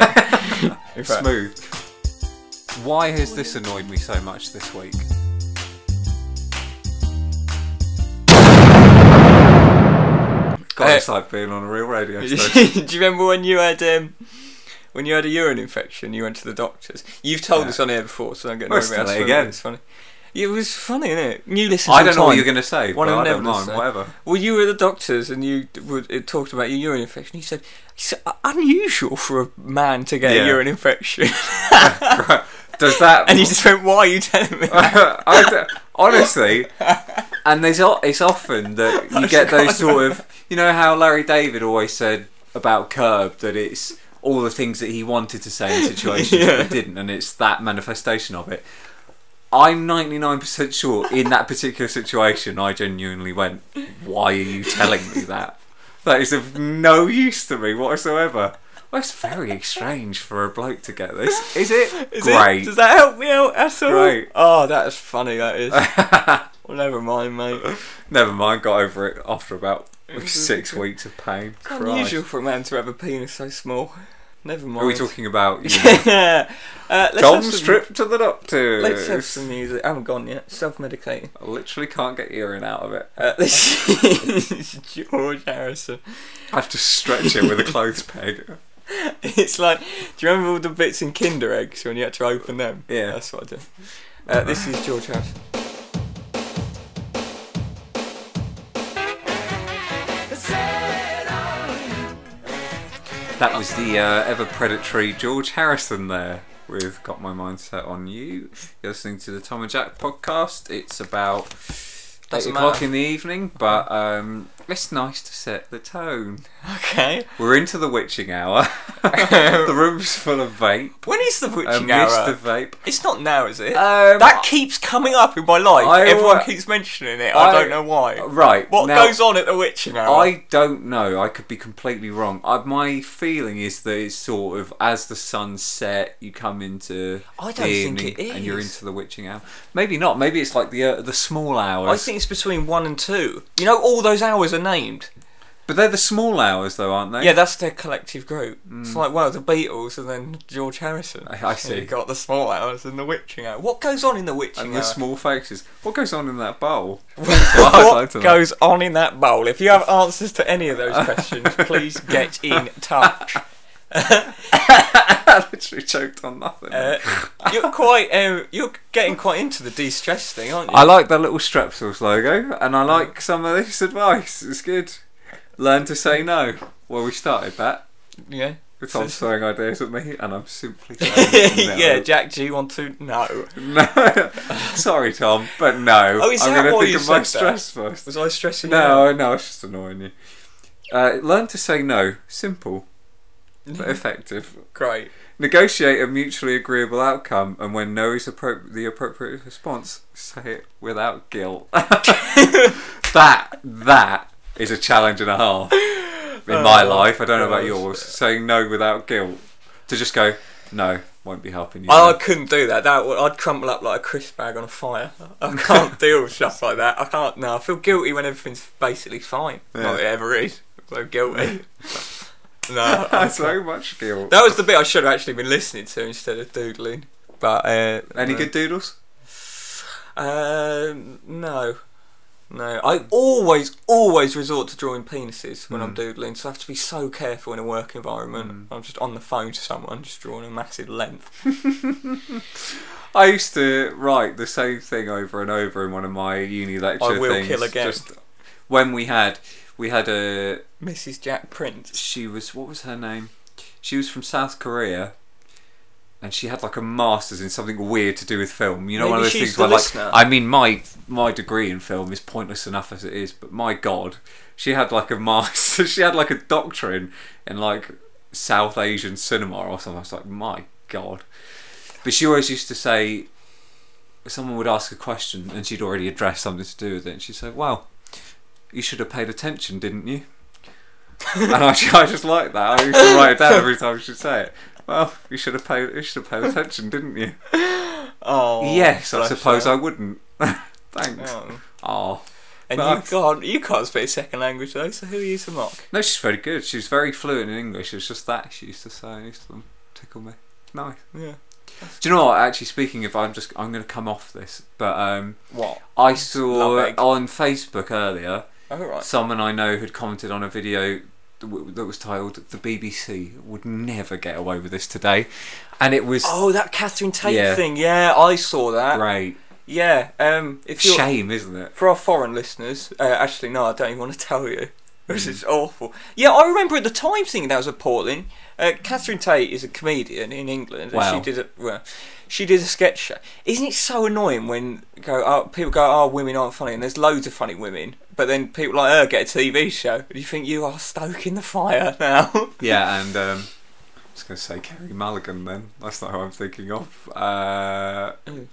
Speaker 4: in fact-
Speaker 3: Smooth. Why has this annoyed me so much this week? God,
Speaker 4: Uh,
Speaker 3: it's like being on a real radio
Speaker 4: Do
Speaker 3: station.
Speaker 4: you remember when you had um, when you had a urine infection? You went to the doctors. You've told
Speaker 3: Yeah.
Speaker 4: us on here before, so I'm getting
Speaker 3: Well,
Speaker 4: worried
Speaker 3: let's
Speaker 4: about
Speaker 3: tell it
Speaker 4: it
Speaker 3: again.
Speaker 4: It's funny. It was funny, innit? You listen.
Speaker 3: I don't know what
Speaker 4: sometime.
Speaker 3: you're going to say,
Speaker 4: One
Speaker 3: but
Speaker 4: of
Speaker 3: I
Speaker 4: them
Speaker 3: don't
Speaker 4: never
Speaker 3: mind.
Speaker 4: say.
Speaker 3: Whatever.
Speaker 4: Well, you were at the doctors and you were, it talked about your urine infection. You said it's uh, unusual for a man to get
Speaker 3: Yeah.
Speaker 4: a urine infection,
Speaker 3: Does that?
Speaker 4: and you just went, "Why are you telling me?" That?
Speaker 3: I d- honestly, and there's o- it's often that you get those sort of you know how Larry David always said about Curb that it's all the things that he wanted to say in situations but didn't, and it's that manifestation of it. I'm 99% sure in that particular situation, I genuinely went, "Why are you telling me that? That is of no use to me whatsoever." Well, it's very strange for a bloke to get this, is it?
Speaker 4: Is it-
Speaker 3: Great.
Speaker 4: Does that help me out at all?
Speaker 3: Great.
Speaker 4: Oh, that's funny. That is. well, never mind, mate.
Speaker 3: Never mind, got over it after about
Speaker 4: Mm-hmm.
Speaker 3: six weeks of pain.
Speaker 4: It's
Speaker 3: Christ.
Speaker 4: unusual for a man to have a penis so small. Never mind.
Speaker 3: Are we talking about you know,
Speaker 4: yeah. Uh, let's
Speaker 3: Tom
Speaker 4: have some-
Speaker 3: strip to the doctor?
Speaker 4: Let's have some music. I haven't gone yet. Self-medicating.
Speaker 3: I literally can't get urine out of it.
Speaker 4: Uh, this is George Harrison.
Speaker 3: I have to stretch it with a clothes peg.
Speaker 4: It's like, do you remember all the bits in Kinder eggs when you had to open them?
Speaker 3: Yeah.
Speaker 4: that's what I do. Uh, this is George Harrison.
Speaker 3: That was the uh, ever predatory George Harrison there with Got My Mind Set on You. You're listening to the Tom and Jack podcast. It's about
Speaker 4: Doesn't
Speaker 3: Eight o'clock
Speaker 4: matter.
Speaker 3: in the evening, but um, it's nice to set the tone.
Speaker 4: Okay.
Speaker 3: We're into the witching hour. the room's full of vape.
Speaker 4: When is the
Speaker 3: A
Speaker 4: witching hour?
Speaker 3: mist of vape.
Speaker 4: It's not now, is it?
Speaker 3: Um,
Speaker 4: that keeps coming up in my life.
Speaker 3: I
Speaker 4: Everyone
Speaker 3: wa-
Speaker 4: keeps mentioning it. uh, I,
Speaker 3: I-
Speaker 4: don't know why.
Speaker 3: Right.
Speaker 4: What
Speaker 3: now,
Speaker 4: goes on at the witching hour?
Speaker 3: I don't know. I could be completely wrong. I, my feeling is that it's sort of as the sun set, you come into
Speaker 4: I don't
Speaker 3: the
Speaker 4: think
Speaker 3: evening
Speaker 4: it
Speaker 3: and you're
Speaker 4: is.
Speaker 3: into the witching hour. Maybe not. Maybe it's like the uh, the small hours.
Speaker 4: I think it's between one and two. You know, all those hours are named.
Speaker 3: but they're the small hours, though, aren't they?
Speaker 4: Yeah, that's their collective group. It's like, well, the Beatles and then George Harrison.
Speaker 3: I- I
Speaker 4: And
Speaker 3: see.
Speaker 4: You've got the small hours and the witching hour. What goes on in the witching
Speaker 3: and
Speaker 4: hour?
Speaker 3: the small faces. What goes on in that bowl?
Speaker 4: what goes on in that bowl? If you have answers to any of those questions, please get in touch.
Speaker 3: I literally choked on nothing.
Speaker 4: Uh, you're quite, um, you're getting quite into the de-stress thing, aren't you?
Speaker 3: I like the little Strepsils logo, and I like some of this advice. It's good. Learn to say no. Well, we started that.
Speaker 4: yeah.
Speaker 3: Tom's throwing ideas at me, and I'm simply saying no.
Speaker 4: yeah, Jack, do you want to? No.
Speaker 3: No, sorry, Tom, but no.
Speaker 4: Oh, is
Speaker 3: I'm
Speaker 4: that
Speaker 3: gonna
Speaker 4: why
Speaker 3: think
Speaker 4: you
Speaker 3: of
Speaker 4: said
Speaker 3: my
Speaker 4: that?
Speaker 3: stress first.
Speaker 4: Was I stressing you out?
Speaker 3: No, no, it's just annoying you. Uh, learn to say no. Simple,
Speaker 4: Mm-hmm.
Speaker 3: but effective.
Speaker 4: Great.
Speaker 3: Negotiate a mutually agreeable outcome, and when no is appro- the appropriate response, say it without guilt. that that is a challenge and a half in my
Speaker 4: Oh,
Speaker 3: life. I don't know about
Speaker 4: gosh.
Speaker 3: yours. Saying no without guilt to just go no won't be helping you.
Speaker 4: I, I couldn't do that. That would, I'd crumple up like a crisp bag on a fire. I can't deal with stuff like that. I can't. No, I feel guilty when everything's basically fine.
Speaker 3: Yeah.
Speaker 4: Not that it ever is. So guilty. no. I
Speaker 3: That's so much guilt.
Speaker 4: That was the bit I should have actually been listening to instead of doodling. But uh,
Speaker 3: Any
Speaker 4: no.
Speaker 3: good doodles?
Speaker 4: Um, no, no. I always, always resort to drawing penises when I'm doodling, so I have to be so careful in a work environment. I'm just on the phone to someone, just drawing a massive length.
Speaker 3: I used to write the same thing over and over in one of my uni lecture
Speaker 4: I will
Speaker 3: things.
Speaker 4: kill again.
Speaker 3: Just when we had, we had a.
Speaker 4: Mrs. Jack Prince.
Speaker 3: She was what was her name? She was from South Korea, and she had like a masters in something weird to do with film. You know,
Speaker 4: Maybe
Speaker 3: one of those
Speaker 4: she's
Speaker 3: things
Speaker 4: the
Speaker 3: where like,
Speaker 4: listener.
Speaker 3: I mean, my my degree in film is pointless enough as it is, but my god, she had like a master. She had like a doctrine in like South Asian cinema or something. I was like, my god. But she always used to say, someone would ask a question and she'd already addressed something to do with it, and she'd say, "Well, you should have paid attention, didn't you?" and I, I just like that. I used to write it down every time she'd say it. Well, you should have paid. You should have paid attention, didn't you?
Speaker 4: Oh,
Speaker 3: yes, I
Speaker 4: bless
Speaker 3: suppose
Speaker 4: her.
Speaker 3: I wouldn't. Thanks.
Speaker 4: Oh.
Speaker 3: Oh.
Speaker 4: And
Speaker 3: But I-
Speaker 4: you can't, you can't speak a second language though, so who are you to mock?
Speaker 3: No, she's very good. She's very fluent in English. It's just that she used to say, I used to tickle me. Nice.
Speaker 4: Yeah.
Speaker 3: Do you know what? Actually, speaking of, I'm just I'm going to come off this, but um,
Speaker 4: What?
Speaker 3: I saw
Speaker 4: Lovely.
Speaker 3: on Facebook earlier
Speaker 4: All right.
Speaker 3: someone I know had commented on a video that w- that was titled "The BBC would never get away with this today," and it was
Speaker 4: Oh, that Catherine Tate
Speaker 3: Yeah.
Speaker 4: thing. Yeah, I saw that.
Speaker 3: great.
Speaker 4: Yeah. Um, if you're,
Speaker 3: Shame, isn't it?
Speaker 4: for our foreign listeners, uh, actually, no, I don't even want to tell you. This
Speaker 3: Mm.
Speaker 4: is awful. Yeah, I remember at the time thinking that was appalling. Uh, Catherine Tate is a comedian in England, and
Speaker 3: Wow.
Speaker 4: she did a well, she did a sketch show. Isn't it so annoying when go oh, people go, "Oh, women aren't funny," and there's loads of funny women, but then people like her get a TV show, and you think you are stoking the fire now.
Speaker 3: Yeah, and um, I was going to say Kerry Mulligan. Then that's not who I'm thinking of. Uh,
Speaker 4: Who?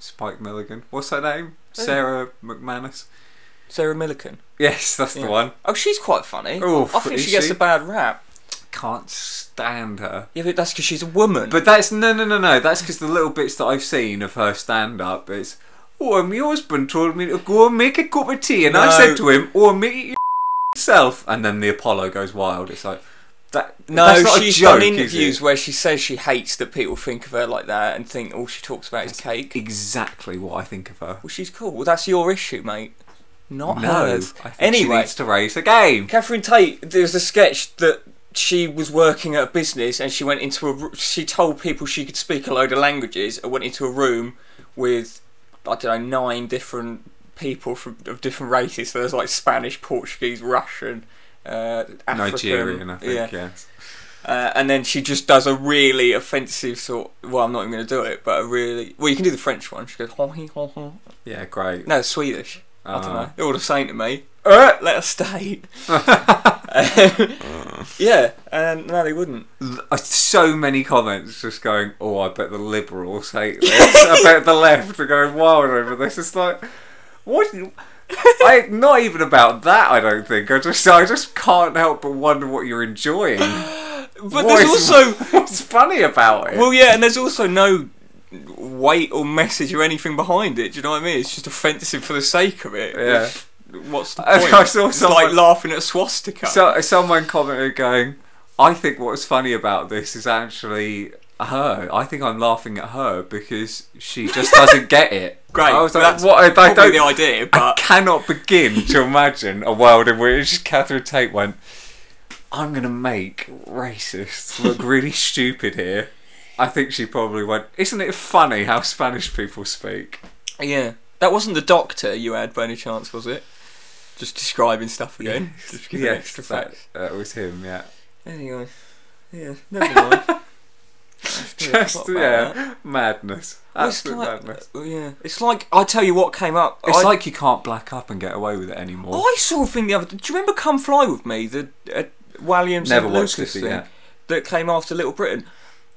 Speaker 3: Spike Milligan. What's her name?
Speaker 4: Who?
Speaker 3: Sarah McManus.
Speaker 4: Sarah Millican.
Speaker 3: Yes, that's
Speaker 4: Yeah.
Speaker 3: the one.
Speaker 4: Oh, she's quite funny.
Speaker 3: Oof,
Speaker 4: I think
Speaker 3: is
Speaker 4: she gets
Speaker 3: she?
Speaker 4: a bad rap.
Speaker 3: Can't stand her.
Speaker 4: Yeah, but that's because she's a woman.
Speaker 3: But that's no, no, no, no. That's because the little bits that I've seen of her stand up is, oh, and my husband told me to go and make a cup of tea, and I
Speaker 4: No.
Speaker 3: said to him, oh, make it yourself, and then the Apollo goes wild. It's like that.
Speaker 4: No,
Speaker 3: that's not
Speaker 4: she's
Speaker 3: a joke,
Speaker 4: done
Speaker 3: is
Speaker 4: interviews
Speaker 3: it?
Speaker 4: where she says she hates that people think of her like that and think all she talks about is cake.
Speaker 3: Exactly what I think of her.
Speaker 4: Well, she's cool. Well, that's your issue, mate. Not
Speaker 3: No, I
Speaker 4: hers.
Speaker 3: think she
Speaker 4: Anyway,
Speaker 3: needs to raise a game.
Speaker 4: Catherine Tate, there's a sketch that she was working at a business and she went into a. r- She told people she could speak a load of languages and went into a room with, I don't know, nine different people from of different races. So there's like Spanish, Portuguese, Russian, uh, African,
Speaker 3: Nigerian, I think.
Speaker 4: yeah.
Speaker 3: Yes.
Speaker 4: Uh, and then she just does a really offensive sort. Well, I'm not even going to do it, but a really. Well, you can do the French one. She goes, "Hon, he, hon, hon."
Speaker 3: Yeah, great.
Speaker 4: no, Swedish. I don't
Speaker 3: Ah.
Speaker 4: know. They're all the same to me. Uh, let us stay. Um, yeah, and no, they wouldn't.
Speaker 3: Uh, So many comments just going, oh, I bet the liberals hate this. I bet the left are going wild over this. It's like, what? I not even about that. I don't think. I just, I just can't help but wonder what you're enjoying.
Speaker 4: But
Speaker 3: What
Speaker 4: there's
Speaker 3: is-
Speaker 4: also
Speaker 3: what's funny about it.
Speaker 4: well, yeah, and there's also no weight or message or anything behind it. Do you know what I mean? It's just offensive for the sake of it.
Speaker 3: Yeah.
Speaker 4: What's the
Speaker 3: I
Speaker 4: point?
Speaker 3: saw
Speaker 4: it's
Speaker 3: someone-
Speaker 4: like laughing at a swastika.
Speaker 3: So someone commented going, I think what's funny about this is actually her. I think I'm laughing at her because she just doesn't get it.
Speaker 4: Great.
Speaker 3: I was like,
Speaker 4: that's
Speaker 3: what? I- I
Speaker 4: probably
Speaker 3: don't.
Speaker 4: the idea,
Speaker 3: I
Speaker 4: but
Speaker 3: cannot begin to imagine a world in which Catherine Tate went, I'm going to make racists look really stupid here. I think she probably went, Isn't it funny how Spanish people speak?
Speaker 4: yeah, that wasn't the doctor you had by any chance, was it? Just describing stuff again. Just giving extra
Speaker 3: that-
Speaker 4: facts.
Speaker 3: that was him, yeah.
Speaker 4: Anyway, yeah, never mind.
Speaker 3: Just
Speaker 4: What about
Speaker 3: yeah, madness,
Speaker 4: It's
Speaker 3: absolute
Speaker 4: like-
Speaker 3: madness.
Speaker 4: uh, yeah, it's like I tell you what came up.
Speaker 3: It's
Speaker 4: I,
Speaker 3: like you can't black up and get away with it anymore.
Speaker 4: I saw a thing the other. Do you remember "Come Fly with Me"? The uh, William St.
Speaker 3: Never watched
Speaker 4: Lucas
Speaker 3: this
Speaker 4: thing
Speaker 3: yet.
Speaker 4: that came after Little Britain.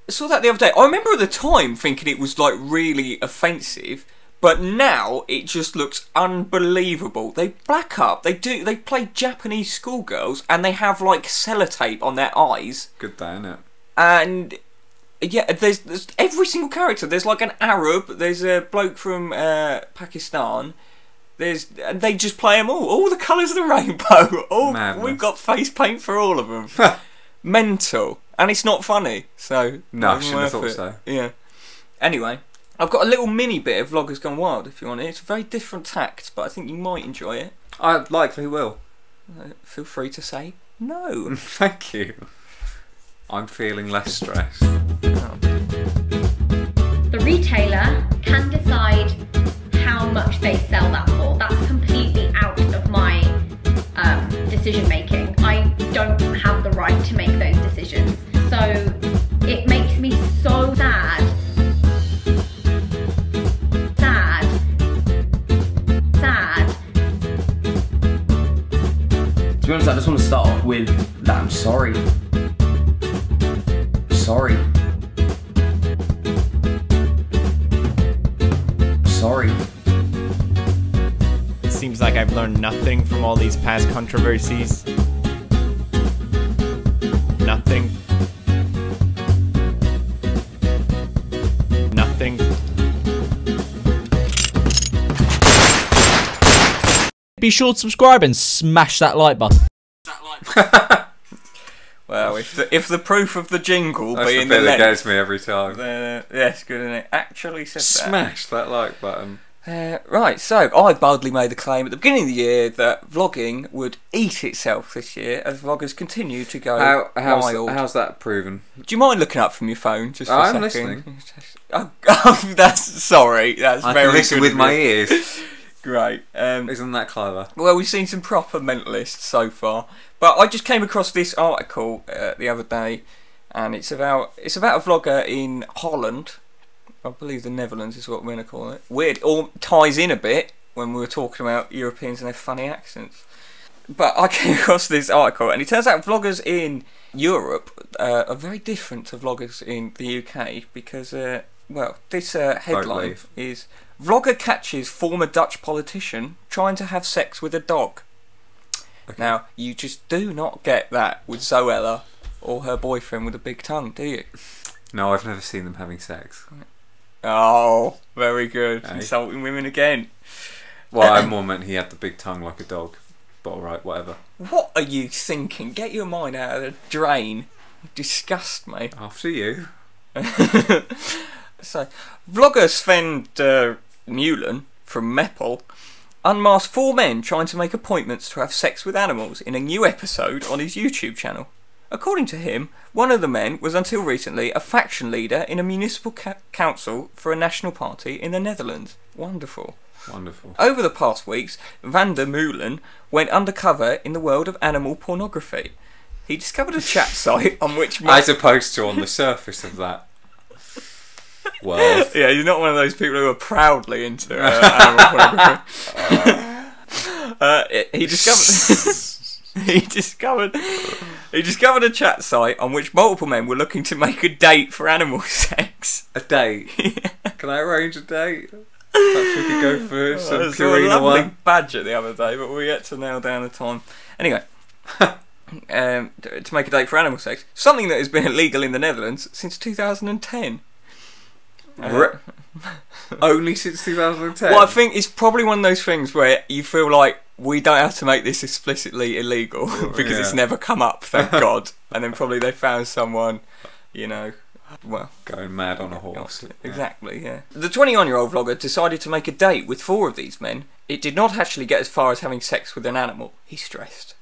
Speaker 4: I saw that the other day. I remember at the time thinking it was like really offensive, but now it just looks unbelievable. They black up. They do. They play Japanese schoolgirls, and they have like sellotape on their eyes.
Speaker 3: Good day, innit?
Speaker 4: and yeah, there's, there's every single character. There's like an Arab. There's a bloke from uh, Pakistan. There's and they just play them all, all the colours of the rainbow. All
Speaker 3: Madness.
Speaker 4: we've got face paint for all of them. Mental, and it's not funny. So
Speaker 3: No, I
Speaker 4: not even
Speaker 3: shouldn't have
Speaker 4: worth
Speaker 3: thought
Speaker 4: it. Yeah. Anyway, I've got a little mini bit of Vloggers Gone Wild if you want it. It's a very different tact, but I think you might enjoy it.
Speaker 3: I likely will.
Speaker 4: Uh, feel free to say no.
Speaker 3: Thank you. I'm feeling less stressed.
Speaker 5: The retailer can decide how much they sell that for. That's completely out of my um, decision making. I don't have the right to make those decisions. So it makes me so sad. Sad. Sad.
Speaker 6: To be honest, I just want to start off with that I'm sorry. Sorry. Sorry.
Speaker 7: It seems like I've learned nothing from all these past controversies. Nothing. Nothing. Be sure to subscribe and smash that like button.
Speaker 4: Well, if the, if the proof of the jingle
Speaker 3: That's the
Speaker 4: being
Speaker 3: bit
Speaker 4: the, length,
Speaker 3: that gets me every time.
Speaker 4: Uh, yes, good, isn't it? Actually said
Speaker 3: Smash that like button.
Speaker 4: that. Uh, right, so I boldly made the claim at the beginning of the year that vlogging would eat itself this year as vloggers continue to go
Speaker 3: How how's,
Speaker 4: wild.
Speaker 3: how's that proven?
Speaker 4: Do you mind looking up from your phone just for
Speaker 3: I'm
Speaker 4: a second? listening. Oh, that's sorry. That's
Speaker 3: I
Speaker 4: very
Speaker 3: can listen
Speaker 4: good
Speaker 3: with
Speaker 4: of
Speaker 3: my
Speaker 4: you.
Speaker 3: ears.
Speaker 4: Great. Um,
Speaker 3: Isn't that clever?
Speaker 4: Well, we've seen some proper mentalists so far, but I just came across this article uh, the other day, and it's about it's about a vlogger in Holland. I believe the Netherlands is what we're gonna call it. Weird, all ties in a bit when we were talking about Europeans and their funny accents. But I came across this article, and it turns out vloggers in Europe uh, are very different to vloggers in the UK because, uh, well, this uh, headline
Speaker 3: leave.
Speaker 4: is Vlogger catches former Dutch politician trying to have sex with a dog. Now, you just do not get that with Zoella or her boyfriend with a big tongue, do you?
Speaker 3: No, I've never seen them having sex.
Speaker 4: Oh, very good.
Speaker 3: Aye.
Speaker 4: Insulting women again.
Speaker 3: Well, I more meant he had the big tongue like a dog. But alright, whatever.
Speaker 4: What are you thinking? Get your mind out of the drain. You disgust me.
Speaker 3: After you.
Speaker 4: so, vlogger Sven uh, Newland from Meppel unmasked four men trying to make appointments to have sex with animals in a new episode on his YouTube channel. According to him, one of the men was until recently a faction leader in a municipal ca- council for a national party in the Netherlands. Wonderful.
Speaker 3: Wonderful.
Speaker 4: Over the past weeks, Van der Meulen went undercover in the world of animal pornography. He discovered a chat site on which men-
Speaker 3: As opposed to on the surface of that world.
Speaker 4: yeah, he's not one of those people who are proudly into uh, animal pornography. Uh, it- he discovered. he discovered. He discovered a chat site on which multiple men were looking to make a date for animal sex.
Speaker 3: A date. Can I arrange a date? Perhaps we could go for some
Speaker 4: I saw a
Speaker 3: Purina
Speaker 4: lovely
Speaker 3: one.
Speaker 4: badger the other day, but we had to nail down a time. Anyway, um, t- to make a date for animal sex, something that has been illegal in the Netherlands since 2010.
Speaker 3: Re- Only since 2010.
Speaker 4: Well, I think it's probably one of those things where you feel like we don't have to make this explicitly illegal because it's
Speaker 3: yeah.
Speaker 4: never come up, thank God. And then probably they found someone, you know, well,
Speaker 3: Going mad on a horse.
Speaker 4: Exactly, yeah. The 21 year old vlogger decided to make a date with four of these men. It did not actually get as far as having sex with an animal. He stressed.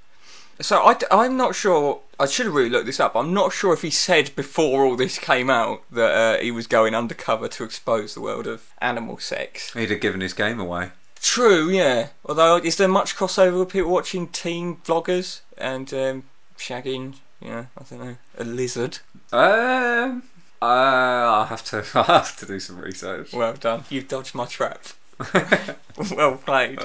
Speaker 4: So I, am not sure. I should have really looked this up. I'm not sure if he said before all this came out that uh, he was going undercover to expose the world of animal sex.
Speaker 3: He'd have given his game away.
Speaker 4: True, yeah. Although, is there much crossover with people watching teen vloggers and um, shagging? Yeah, I don't know. A lizard.
Speaker 3: Um, uh, I'll have to. I'll have to do some research.
Speaker 4: Well done. You've dodged my trap. well played.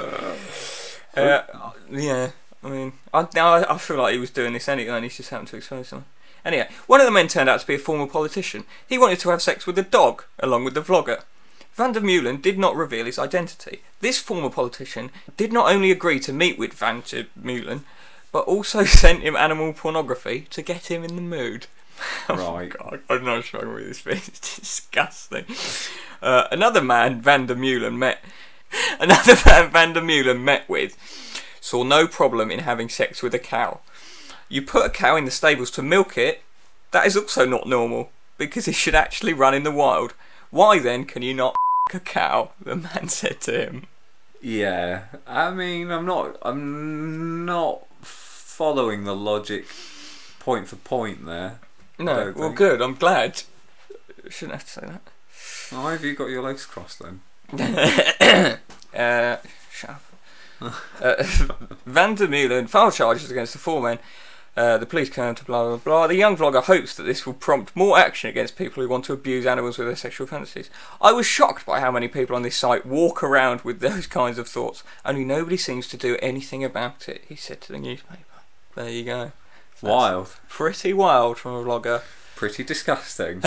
Speaker 4: Uh, yeah, I mean, I, now I, I feel like he was doing this anyway, and he's just happened to expose someone. Anyway, one of the men turned out to be a former politician. He wanted to have sex with a dog, along with the vlogger. Van der Meulen did not reveal his identity. This former politician did not only agree to meet with Van der Meulen, but also sent him animal pornography to get him in the mood. Oh
Speaker 3: Right.
Speaker 4: God, I'm not struggling with this bit. It's disgusting. Uh, another man Van der Meulen met. Another man Van der Meulen met with saw no problem in having sex with a cow. You put a cow in the stables to milk it. That is also not normal because it should actually run in the wild. Why then can you not a cow? The man said to him.
Speaker 3: Yeah, I mean, I'm not. I'm not following the logic, point for point there. I
Speaker 4: No,
Speaker 3: don't
Speaker 4: well,
Speaker 3: think.
Speaker 4: good. I'm glad. Shouldn't have to say that.
Speaker 3: Why have you got your legs crossed then?
Speaker 4: Uh, shut up. uh, Van der Meulen filed charges against the four men. Uh, the police came to blah blah blah. The young vlogger hopes that this will prompt more action against people who want to abuse animals with their sexual fantasies. I was shocked by how many people on this site walk around with those kinds of thoughts. Only nobody seems to do anything about it. He said to the newspaper. There you go.
Speaker 3: Wild,
Speaker 4: Pretty wild from a vlogger.
Speaker 3: pretty disgusting.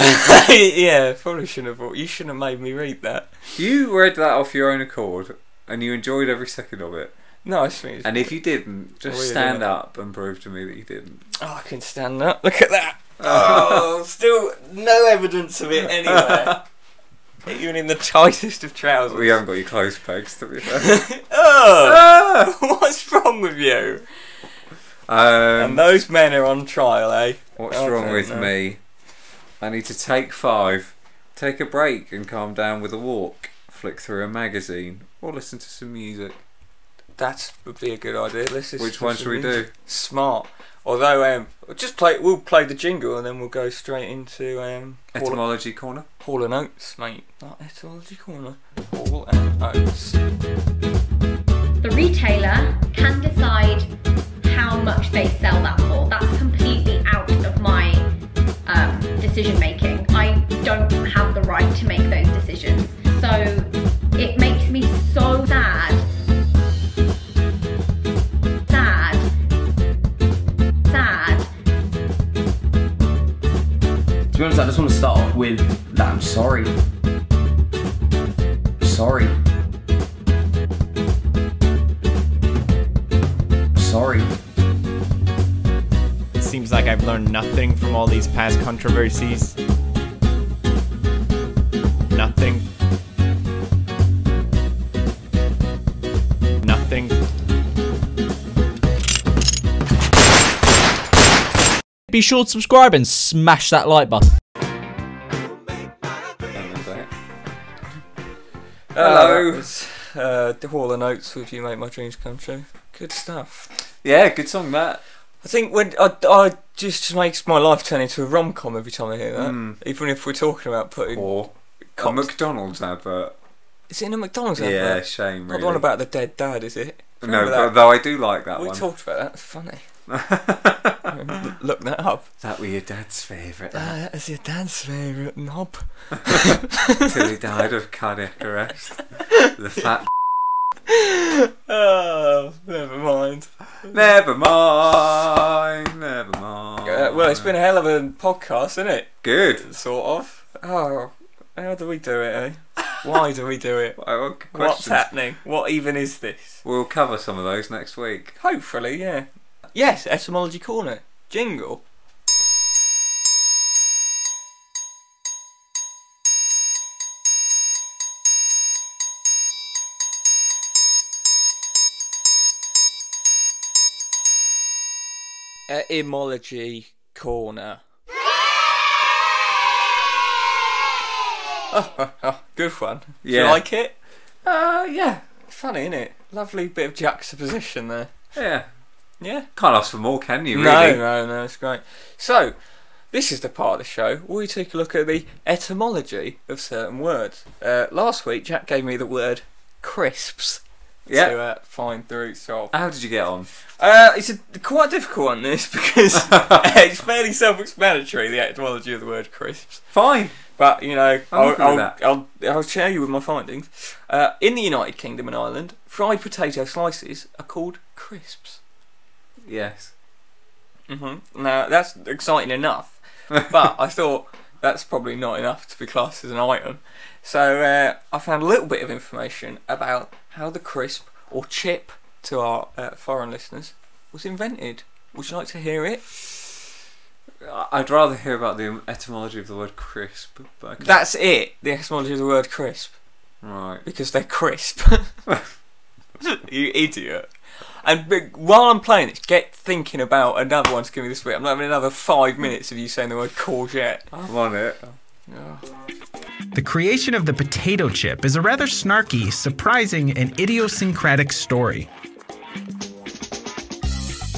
Speaker 4: yeah, probably shouldn't have. You shouldn't have made me read that.
Speaker 3: you read that off your own accord, and you enjoyed every second of it.
Speaker 4: No, I think it's
Speaker 3: And if you didn't, just
Speaker 4: Weird,
Speaker 3: stand
Speaker 4: innit?
Speaker 3: up and prove to me that you didn't.
Speaker 4: Oh, I can stand that. Look at that. Oh, still no evidence of it anywhere. Even in the tightest of trousers.
Speaker 3: We haven't got your clothes pegs to be fair.
Speaker 4: Oh, what's wrong with you?
Speaker 3: Um,
Speaker 4: And those men are on trial, eh?
Speaker 3: what's
Speaker 4: I
Speaker 3: wrong
Speaker 4: don't
Speaker 3: with
Speaker 4: know.
Speaker 3: me? I need to take five, take a break, and calm down with a walk. Flick through a magazine or listen to some music.
Speaker 4: That would be a good idea. Let's just-
Speaker 3: Which one should we do?
Speaker 4: Smart. Although, um, just play. We'll play the jingle and then we'll go straight into um. Hall,
Speaker 3: Etymology corner.
Speaker 4: Hall and Oates, mate. That etymology corner. Hall and Oates.
Speaker 5: The retailer can decide how much they sell that for. That's completely out of my um, decision making. I don't have the right to make those decisions. So it makes me so sad. Sad. Sad.
Speaker 6: To be honest, I just want to start off with that I'm sorry. Sorry. Sorry.
Speaker 7: It seems like I've learned nothing from all these past controversies. Nothing. Nothing.
Speaker 8: Be sure to subscribe and smash that like button.
Speaker 3: Hello.
Speaker 4: that was, Uh, the Hall and Oates with You Make My Dreams Come True. Good stuff.
Speaker 3: Yeah, good song that.
Speaker 4: I think when I, I just makes my life turn into a rom com every time I hear that. Even if we're talking about putting,
Speaker 3: Hmm. Or a
Speaker 4: Cops.
Speaker 3: McDonald's advert.
Speaker 4: is it in a McDonald's?
Speaker 3: Yeah,
Speaker 4: advert?
Speaker 3: shame.
Speaker 4: Not
Speaker 3: Really.
Speaker 4: the one about the dead dad, is it?
Speaker 3: no,
Speaker 4: Remember
Speaker 3: but
Speaker 4: that?
Speaker 3: though I do like that
Speaker 4: we
Speaker 3: one.
Speaker 4: talked about that. It's funny. Um, Look that up.
Speaker 3: that were your dad's favourite
Speaker 4: Ah, that is your dad's favourite knob.
Speaker 3: until he died of cardiac arrest. the fat
Speaker 4: Oh, never mind.
Speaker 3: Never mind. Never mind.
Speaker 4: Uh, well, it's been a hell of a podcast, isn't it?
Speaker 3: good.
Speaker 4: Sort of. Oh, how do we do it, eh? Why do we do it?
Speaker 3: Oh, okay,
Speaker 4: What's
Speaker 3: questions.
Speaker 4: happening? What even is this?
Speaker 3: We'll cover some of those next week.
Speaker 4: Hopefully, yeah. Yes, Etymology Corner. Jingle. Etymology Corner. Good fun. Do
Speaker 3: Yeah.
Speaker 4: you like it? Uh, yeah. Funny, isn't it? Lovely bit of juxtaposition there.
Speaker 3: Yeah.
Speaker 4: Yeah.
Speaker 3: Can't ask for more, can you?
Speaker 4: No,
Speaker 3: Really?
Speaker 4: no, no, it's great. So, this is the part of the show where we take a look at the etymology of certain words. Uh, last week, Jack gave me the word crisps
Speaker 3: Yeah.
Speaker 4: to uh, find the roots of.
Speaker 3: How did you get on?
Speaker 4: Uh, it's a quite difficult one, this, because it's fairly self explanatory, the etymology of the word crisps.
Speaker 3: Fine.
Speaker 4: But you know,
Speaker 3: I'm
Speaker 4: I'll,
Speaker 3: happy with
Speaker 4: I'll,
Speaker 3: that.
Speaker 4: I'll, I'll share you with my findings. Uh, in the United Kingdom and Ireland, fried potato slices are called crisps.
Speaker 3: Yes.
Speaker 4: Mm-hmm. Now that's exciting enough, but I thought that's probably not enough to be classed as an item. So uh, I found a little bit of information about how the crisp or chip to our uh, foreign listeners was invented. Would you like to hear it?
Speaker 3: I- I'd rather hear about the etymology of the word crisp. But okay.
Speaker 4: That's it. The etymology of the word crisp.
Speaker 3: right.
Speaker 4: because they're crisp. you idiot. And b- while I'm playing this, get thinking about another one to give me this week. I'm not having another five minutes of you saying the word courgette.
Speaker 3: I'm on it.
Speaker 9: The creation of the potato chip is a rather snarky, surprising, and idiosyncratic story.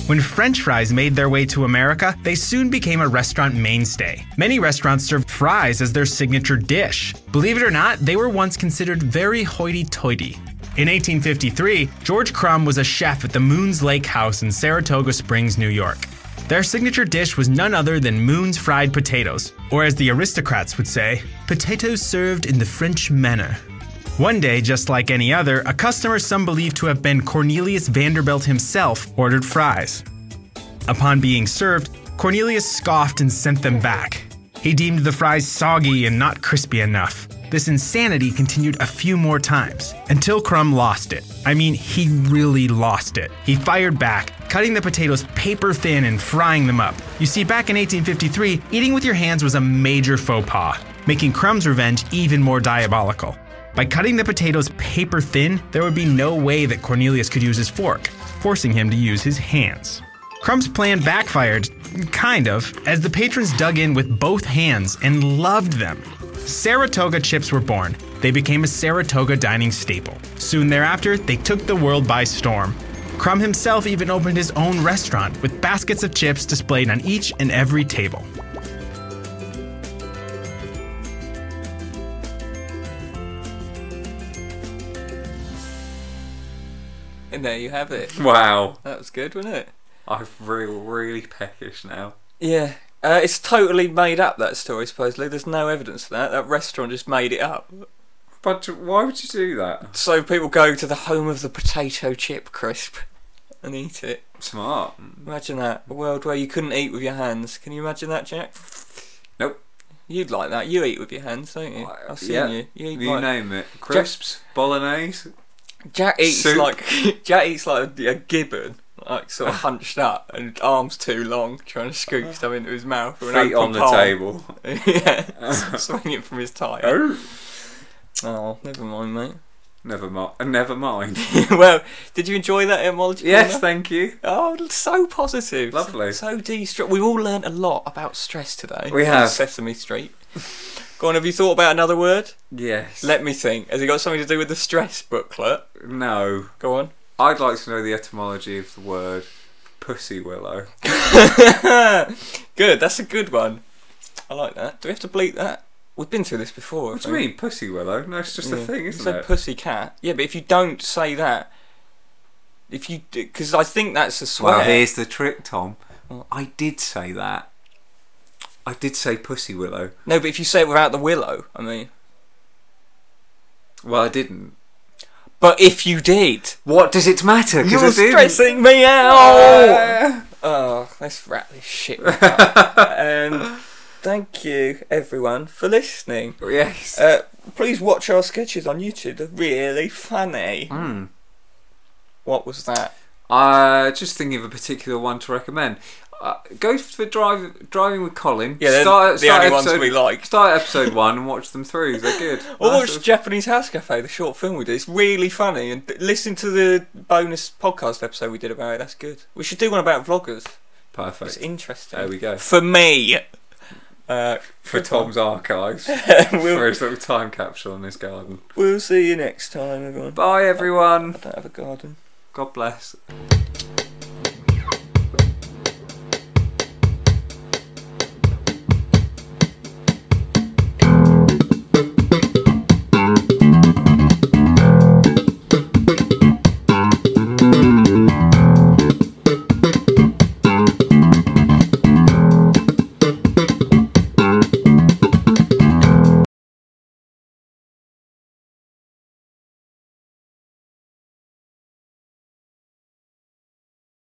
Speaker 9: When french fries made their way to America, they soon became a restaurant mainstay. Many restaurants served fries as their signature dish. Believe it or not, they were once considered very hoity toity. In 1853, George Crumb was a chef at the Moon's Lake House in Saratoga Springs, New York. Their signature dish was none other than Moon's fried potatoes, or as the aristocrats would say, potatoes served in the French manner. One day, just like any other, a customer some believe to have been Cornelius Vanderbilt himself ordered fries. Upon being served, Cornelius scoffed and sent them back. He deemed the fries soggy and not crispy enough. This insanity continued a few more times until Crumb lost it. I mean, he really lost it. He fired back, cutting the potatoes paper thin and frying them up. You see, back in 1853, eating with your hands was a major faux pas, making Crumb's revenge even more diabolical. By cutting the potatoes paper thin, there would be no way that Cornelius could use his fork, forcing him to use his hands. Crumb's plan backfired, kind of, as the patrons dug in with both hands and loved them. Saratoga chips were born. They became a Saratoga dining staple. Soon thereafter, they took the world by storm. Crumb himself even opened his own restaurant with baskets of chips displayed on each and every table.
Speaker 4: And there you have it.
Speaker 3: Wow.
Speaker 4: That was good, wasn't it?
Speaker 3: I feel really peckish now.
Speaker 4: Yeah. Uh, it's totally made up, that story, supposedly. There's no evidence of that. That restaurant just made it up.
Speaker 3: But why would you do that?
Speaker 4: So people go to the home of the potato chip crisp and eat it.
Speaker 3: Smart.
Speaker 4: Imagine that. A world where you couldn't eat with your hands. Can you imagine that, Jack?
Speaker 3: Nope. Uh,
Speaker 4: You'd like that. You eat with your hands, don't you? I've seen
Speaker 3: Yeah.
Speaker 4: you. You, eat
Speaker 3: You
Speaker 4: like-
Speaker 3: name it. Crisps, bolognese.
Speaker 4: Jack eats
Speaker 3: Soup.
Speaker 4: like Jack eats like a, a gibbon, like sort of hunched up and arms too long, trying to scoop stuff into his mouth. with an
Speaker 3: Uh. Feet
Speaker 4: open
Speaker 3: on the
Speaker 4: palm.
Speaker 3: table.
Speaker 4: yeah, swing it from his
Speaker 3: Oh.
Speaker 4: tie. Oh, never mind, mate.
Speaker 3: Never mind. Never mind.
Speaker 4: well, did you enjoy that etymology?
Speaker 3: yes,
Speaker 4: corner?
Speaker 3: thank you.
Speaker 4: Oh, so positive.
Speaker 3: Lovely.
Speaker 4: So de-stress. We've all learnt a lot about stress today.
Speaker 3: We
Speaker 4: on
Speaker 3: have.
Speaker 4: Sesame Street. Go on, have you thought about another word?
Speaker 3: Yes.
Speaker 4: Let me think. Has it got something to do with the stress booklet?
Speaker 3: no.
Speaker 4: Go on.
Speaker 3: I'd like to know the etymology of the word pussy willow.
Speaker 4: Good, that's a good one. I like that. Do we have to bleep that? We've been through this before. I
Speaker 3: What do you
Speaker 4: think.
Speaker 3: mean, pussy willow? No, it's just a
Speaker 4: Yeah.
Speaker 3: thing,
Speaker 4: You
Speaker 3: isn't
Speaker 4: said
Speaker 3: it?
Speaker 4: pussy cat. Yeah, but if you don't say that, if you, because I think that's a swear.
Speaker 3: well, here's the trick, Tom. I did say that. I did say pussy willow.
Speaker 4: no, but if you say it without the willow, I mean.
Speaker 3: Well, I didn't.
Speaker 4: But if you did,
Speaker 3: What does it matter? 'Cause
Speaker 4: you're
Speaker 3: I didn't.
Speaker 4: stressing me out. Oh, let's wrap this shit. up. um, thank you everyone for listening.
Speaker 3: Yes.
Speaker 4: Uh, please watch our sketches on YouTube. They're really funny.
Speaker 3: Hmm.
Speaker 4: What was that?
Speaker 3: Uh, just thinking of a particular one to recommend. Uh, go for drive, driving with Colin.
Speaker 4: Yeah, they're the only ones
Speaker 3: episode-
Speaker 4: we like.
Speaker 3: Start episode one and watch them through. They're good.
Speaker 4: Or
Speaker 3: That's
Speaker 4: watch
Speaker 3: a-
Speaker 4: Japanese House Cafe, the short film we did. It's really funny. And th- listen to the bonus podcast episode we did about it. That's good. We should do one about vloggers. It's
Speaker 3: Perfect.
Speaker 4: interesting.
Speaker 3: There we go.
Speaker 4: For me. Uh,
Speaker 3: For Tom's archives, for
Speaker 4: we'll,
Speaker 3: his little time capsule in his garden.
Speaker 4: we'll see you next time, everyone.
Speaker 3: Bye, everyone.
Speaker 4: I don't have a garden.
Speaker 3: God bless.